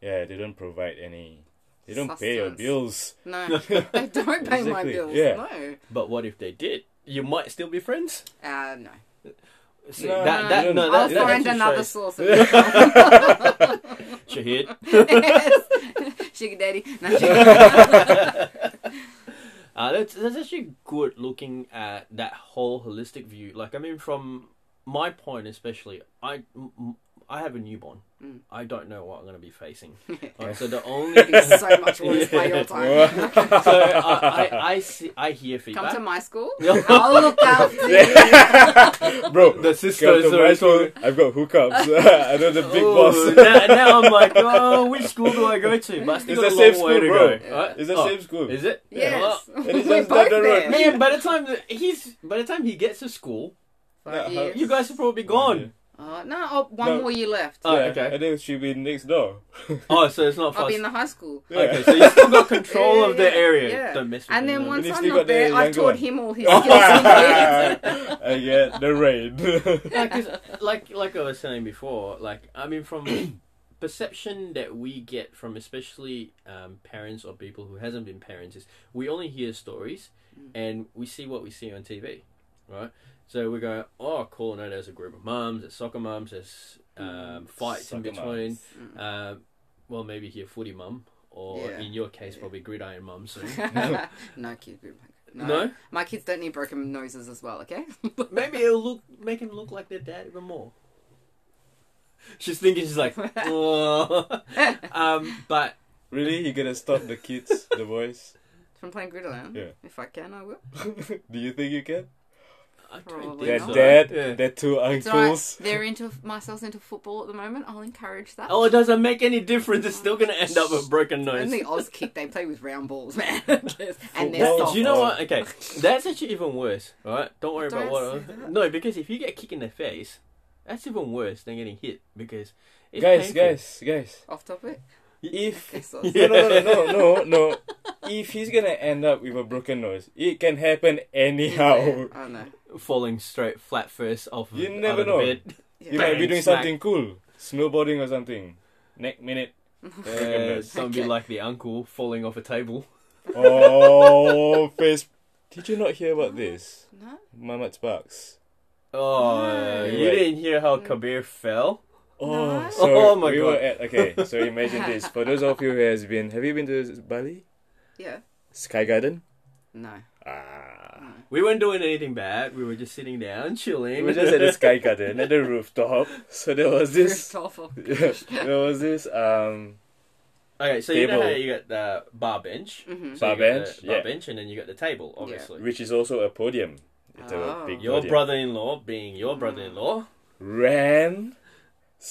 yeah. They don't provide any. They don't pay your Sustenance. bills. No, they don't pay my Exactly, bills. yeah. No, But what if they did? You might still be friends. uh, no. See, No, that, no, that, no, no, no. that, I'll that find actually another shows- source of income. Shahid. Yes. Sugar daddy. No, sugar- Uh, that's that's actually good looking at that whole holistic view. Like I mean, from my point especially, I m- m- I have a newborn. Mm. I don't know what I'm going to be facing. Yeah. Right, so the only It'd be so much worse by your time. so I, I, I see I hear Come feedback. to my school. No. I'll look after you. Bro, The come sisters to are my school. I've got hookups. I know the big Oh, boss. now, now I'm like, oh, which school do I go to? But I It's still the got a long same way school, to bro. go. Right? It's the Oh, same school. Is it? Yes. And it's We're just down both the road. there. Me Man, by the time that he's by the time he gets to school, Five No, years. you guys are probably gone. Uh, no, oh, one No. more year left. Oh, yeah, okay. And then she'll be next door. Oh, so it's not I'll fast. be in the high school. Yeah. Okay, so you still got control of Yeah, the yeah, area. yeah. Don't mess with And me, then no. once he's I'm still not got the there, I younger taught one. him all his skills. and ways. I get the rain. like, 'cause- like like I was saying before, like I mean, from perception that we get from especially um, parents or people who hasn't been parents is we only hear stories Mm. and we see what we see on TV, right? So we go, oh, cool. No, there's a group of mums, there's soccer mums, there's Mm. um, fights in Soccer between. mums. Um, well, maybe here footy mum, or Yeah. in your case, probably gridiron mum. So no, kid. good. No. no, My kids don't need broken noses as well, okay? Maybe it'll look make him look like their dad even more. She's thinking she's like, "Oh." um, but Really, you gonna stop the kids, the boys? From playing gridiron. Yeah. If I can, I will. do you think you can? I don't Probably They're think so. not. dead. Yeah. They're two It's all right. uncles. They're into myself into football at the moment. I'll encourage that. Oh, it doesn't make any difference. It's still gonna end up with broken nose. Only Oz kick. They play with round balls, man. and they're Football. soft. Do you know what? Okay, that's actually even worse. All right, don't worry about Don't what. say that. No, because if you get kicked in the face, that's even worse than getting hit because it's Guys, painful. guys, guys. Off topic. If Okay, no, so no, no, no, no, no. If he's gonna end up with a broken nose, it can happen anyhow. I know. falling straight flat first off. You of, never out of the know. Bed. You Yeah. might be Bang, doing smack. something cool, snowboarding or something. Next minute, Uh, Goodness. zombie like the uncle falling off a table. oh, face. Did you not hear about this? No? Mamat Sparks. Oh, Nice. you didn't hear how Kabir fell? Oh, No. so Oh my we God. were at okay. So imagine this. For those of you who has been, have you been to Bali? Yeah. Sky Garden. No. Ah, We weren't doing anything bad. We were just sitting down, chilling. we were just at the Sky Garden at the rooftop. So there was This... this. there was this um okay, so you know how Table. you got the bar bench, hmm so Bar you got bench, the bar yeah. bench, and then you got the table, obviously. which is also a podium. It's a Oh. big Your podium. brother-in-law, being your brother-in-law, ran.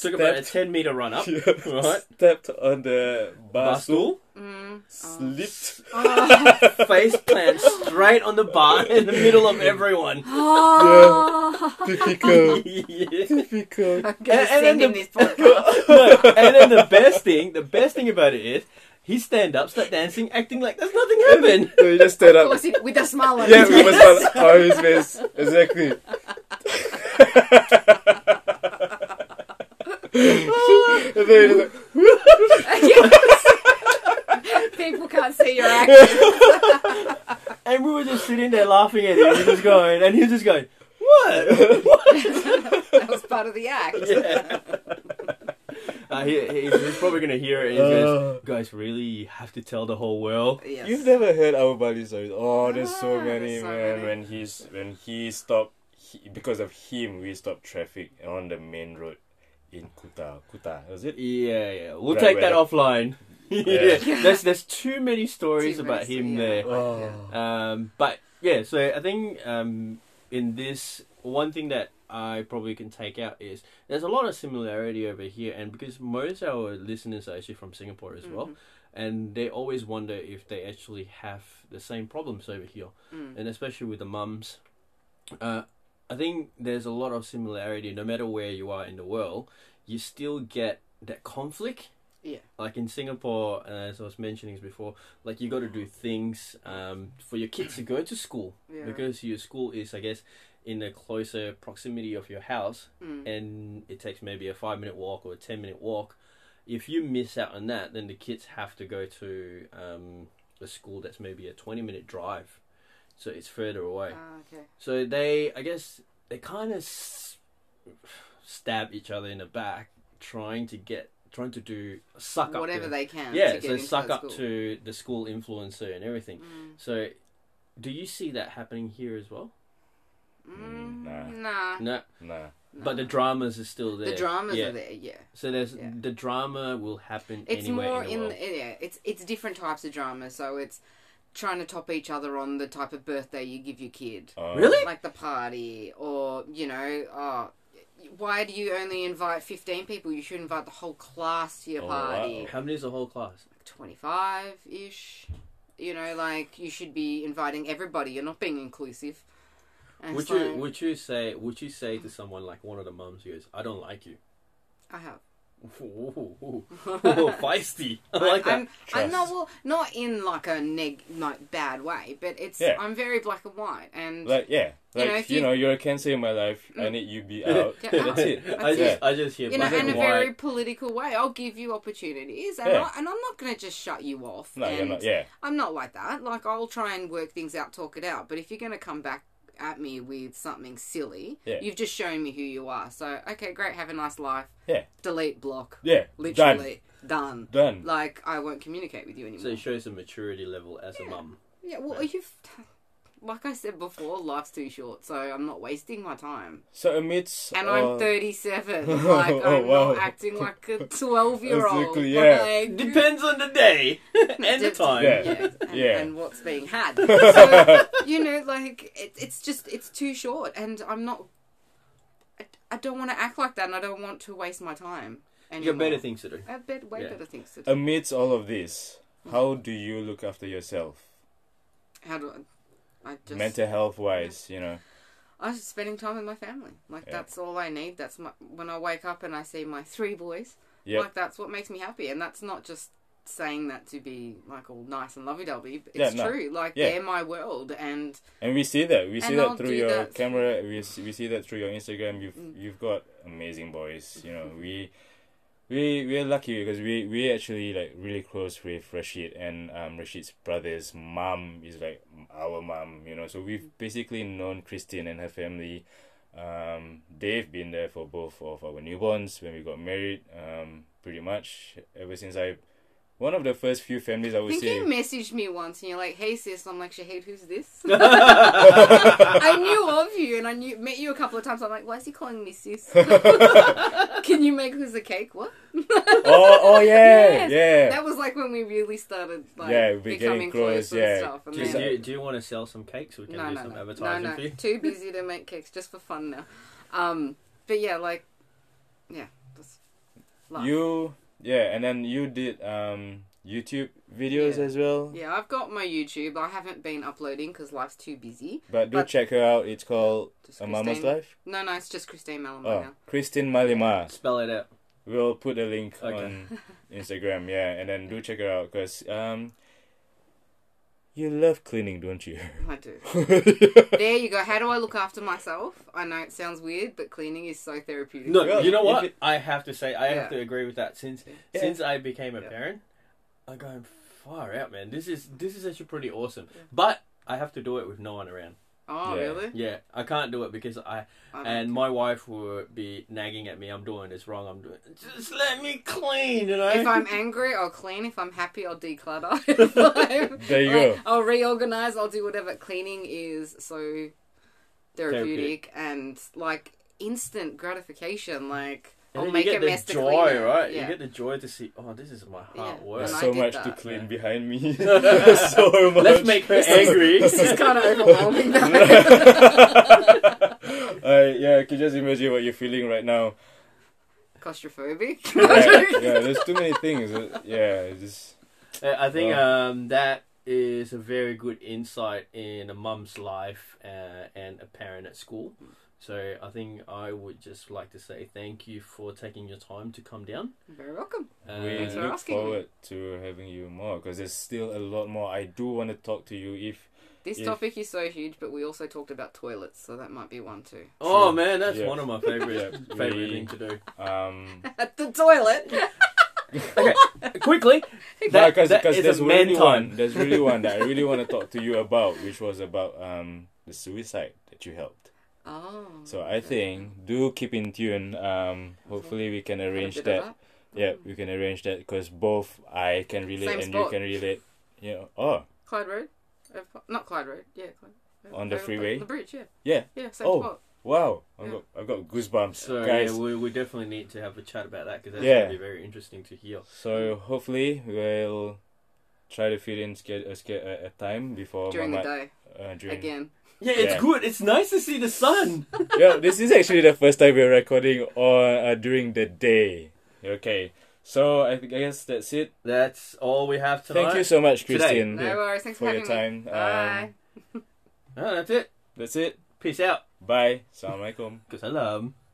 took about a stepped- ten-meter run up, Yeah, right? Stepped on the bar Bar stool, stool, Mm. slipped. Oh. face plant straight on the bar in the middle of everyone. Oh. Typical. Yeah. Typical. I'm gonna And- and then send him this podcast. No, and then the best thing, the best thing about it is, he stand up, start dancing, acting like there's nothing happened. So he just stood Of up. course, he- with a smile on Yeah, his we face. must have on his face. Exactly. And then he's like, Yes. People can't see your action. And we were just sitting there laughing at him, and just going, and he was just going, "What?" That was part of the act. Yeah. Uh, he, he's, he's probably gonna hear it. And he goes, Uh. "Guys, really, you have to tell the whole world." Yes. You've never heard our Bali stories. Oh, there's so Ah, many, there's so man. many. When he's when he stopped he, because of him, we stopped traffic on the main road in Kuta. Kuta, was it? Yeah, yeah. We'll Right, take that right. offline. yeah. Yeah. There's there's too many stories Too many about sto- him yeah. there. Oh. Um, but yeah, so I think um, in this one thing that I probably can take out is there's a lot of similarity over here, and because most of our listeners are actually from Singapore as well, and they always wonder if they actually have the same problems over here, Mm. and especially with the mums. Uh, I think there's a lot of similarity, no matter where you are in the world, you still get that conflict Yeah. like in Singapore, uh, as I was mentioning before, like you got to do things um, for your kids to go to school Yeah. because your school is, I guess, in the closer proximity of your house, Mm. and it takes maybe a five minute walk or a ten minute walk. If you miss out on that, then the kids have to go to um, a school that's maybe a twenty minute drive, so it's further away. Ah, okay. So they, I guess, they kind of s- stab each other in the back, trying to get, trying to do suck up. Whatever to- they can. yeah, to get so into suck that up school. to the school influencer and everything. So, do you see that happening here as well? Mm, Nah. nah. No, Nah. but the dramas is still there. The dramas yeah. are there. Yeah. So there's Yeah. the drama will happen It's anywhere more in the in, world. yeah, it's it's different types of drama, so it's trying to top each other on the type of birthday you give your kid. Um, Really? Like the party or, you know, oh, why do you only invite 15 people? You should invite the whole class to your Oh, party. wow. How many is the whole class? 25 ish. You know, like you should be inviting everybody. You're not being inclusive. And Would so, you would you say would you say to someone like one of the mums who goes, "I don't like you"? I have. Ooh, ooh, ooh. feisty. I like that. I'm, I'm not Trust. well, not in like a neg like bad way, but it's Yeah. I'm very black and white, and Like yeah. Like you You know, know, if you you- Mm. are a cancer in my life. I need you be out. Get That's out. it. I That's just it. I just hear you know, black in and a white. very political way. I'll give you opportunities, and Yeah. I, and I'm not going to just shut you off. No, and you're not. Yeah. I'm not like that. Like I'll try and work things out, talk it out. But if you're going to come back at me with something silly, Yeah. you've just shown me who you are. So okay, great, have a nice life. Yeah. Delete, block. Yeah. Literally done. Done. Done. Like I won't communicate with you anymore. So it shows a maturity level as a mum. yeah, well, you've like I said before, life's too short, so I'm not wasting my time. So amidst And all- I'm 37. Like Oh, I'm wow. not acting like a 12 year old. Exactly, yeah. Like, Depends on the day and the Dep- time. Yeah. and, Yeah. and what's being had. So, you know, like it, it's just it's too short, and I'm not. I, I don't want to act like that, and I don't want to waste my time. You Anymore. got better things to do. I have bet- way Yeah. better things to do. amidst all of this, how Mm-hmm. do you look after yourself, How do I? I just mental health wise? You know. I'm just spending time with my family. Like Yeah. that's all I need. That's my when I wake up and I see my three boys. Yeah. Like that's what makes me happy, and that's not just saying that to be like all nice and lovey-dovey. But Yeah, It's no. true. Like Yeah. they're my world, and And we see that. We see And that I'll through do your that. Mm. camera. We see, we see that through your Instagram. You've you've got amazing boys. You know we We we're lucky because we we actually like really close with Rashid and um Rashid's brother's mom is like our mom, you know. So we've Mm. basically known Christine and her family. Um, they've been there for both of our newborns when we got married. Um, pretty much ever since I, one of the first few families I I would think say. you messaged me once and you're like, hey sis, I'm like, Shahid, who's this? I knew of you and I knew met you a couple of times. I'm like, why is he calling me sis? Can you make who's the cake? What? oh oh yeah Yes. yeah. That was like when we really started like Yeah, we're getting becoming close, close, yeah. and stuff. And Do you, Yeah. do then, you, do you want to sell some cakes? We can no, do no, some no, no, advertising no, for you. too busy to make cakes just for fun now. Um, but yeah, like, yeah, that's life. You yeah, and then you did um YouTube videos Yeah. as well. Yeah, I've got my YouTube. I haven't been uploading because life's too busy. But do But- check her out. It's called Just A Mama's Christine- Life. No, no, it's just Christine Malamon Oh, now. Christine Malima. Spell it out. We'll put the link Okay. on Instagram, yeah, and then do check her out because um, you love cleaning, don't you? I do. there you go. How do I look after myself? I know it sounds weird, but cleaning is so therapeutic. No, Well, you know if what? it- I have to say, I have Yeah. to agree with that. Since Yeah. since I became a Yeah. parent, I'm going far out, man. This is this is actually pretty awesome. But I have to do it with no one around. Oh, Yeah. really? Yeah, I can't do it because I I don't and my wife would be nagging at me. I'm doing this wrong. I'm doing. Just let me clean, you know. If I'm angry, I'll clean. If I'm happy, I'll declutter. If I'm- There you go. I'll reorganize. I'll do whatever. Cleaning is so therapeutic Therapeutic. and like instant gratification. Like And I'll then make you a get the mess to clean. joy, it. right? Yeah. You get the joy to see. Oh, this is my hard Yeah. work. There's And I so did much to that, clean yeah. behind me. so much. Let's make her angry. this is kind of overwhelming. I Uh, yeah, I can just imagine what you're feeling right now. Claustrophobic. Yeah, yeah there's too many things. uh, Yeah, it's just Uh, I think Wow. um, that is a very good insight in a mum's life uh, and a parent at school. So I think I would just like to say thank you for taking your time to come down. Very welcome. Uh, we Thanks for look asking me. forward to having you more because there's still a lot more I do want to talk to you if This If- topic is so huge, but we also talked about toilets, so that might be one too. oh Sure. man, that's Yeah. one of my favorite Yeah. favorite We- thing to do. um At the toilet. Uh, Quickly, No, that, because that is there's a man really time. one. There's really one that I really want to talk to you about, which was about um the suicide that you helped. Oh. So I think do keep in tune. Um, hopefully we can Had a arrange bit of that. Yeah, we can arrange that because both I can relate Same and you spot. can relate. You know, oh Clyde Road, Over- not Clyde Road. Yeah, Clyde. On the Over freeway? the, bridge. Yeah, yeah, yeah, same Oh. spot. wow! I've Yeah. got I've got goosebumps, So guys. yeah, we, we definitely need to have a chat about that because that's Yeah. going to be very interesting to hear. So hopefully we'll try to fit in sca- a, sca- a, a time before During the Mamat, day, Uh, during again. Yeah, it's Yeah. good. It's nice to see the sun. yeah, this is actually the first time we're recording on uh, during the day. Okay, so I, think- I guess that's it. that's all we have tonight. Thank you so much, Today. Christine, No worries. Thanks for, for your having me. time. Bye. Um, Oh, that's it. that's it. Peace out. Bye. Assalamualaikum. Cause I love. 'em.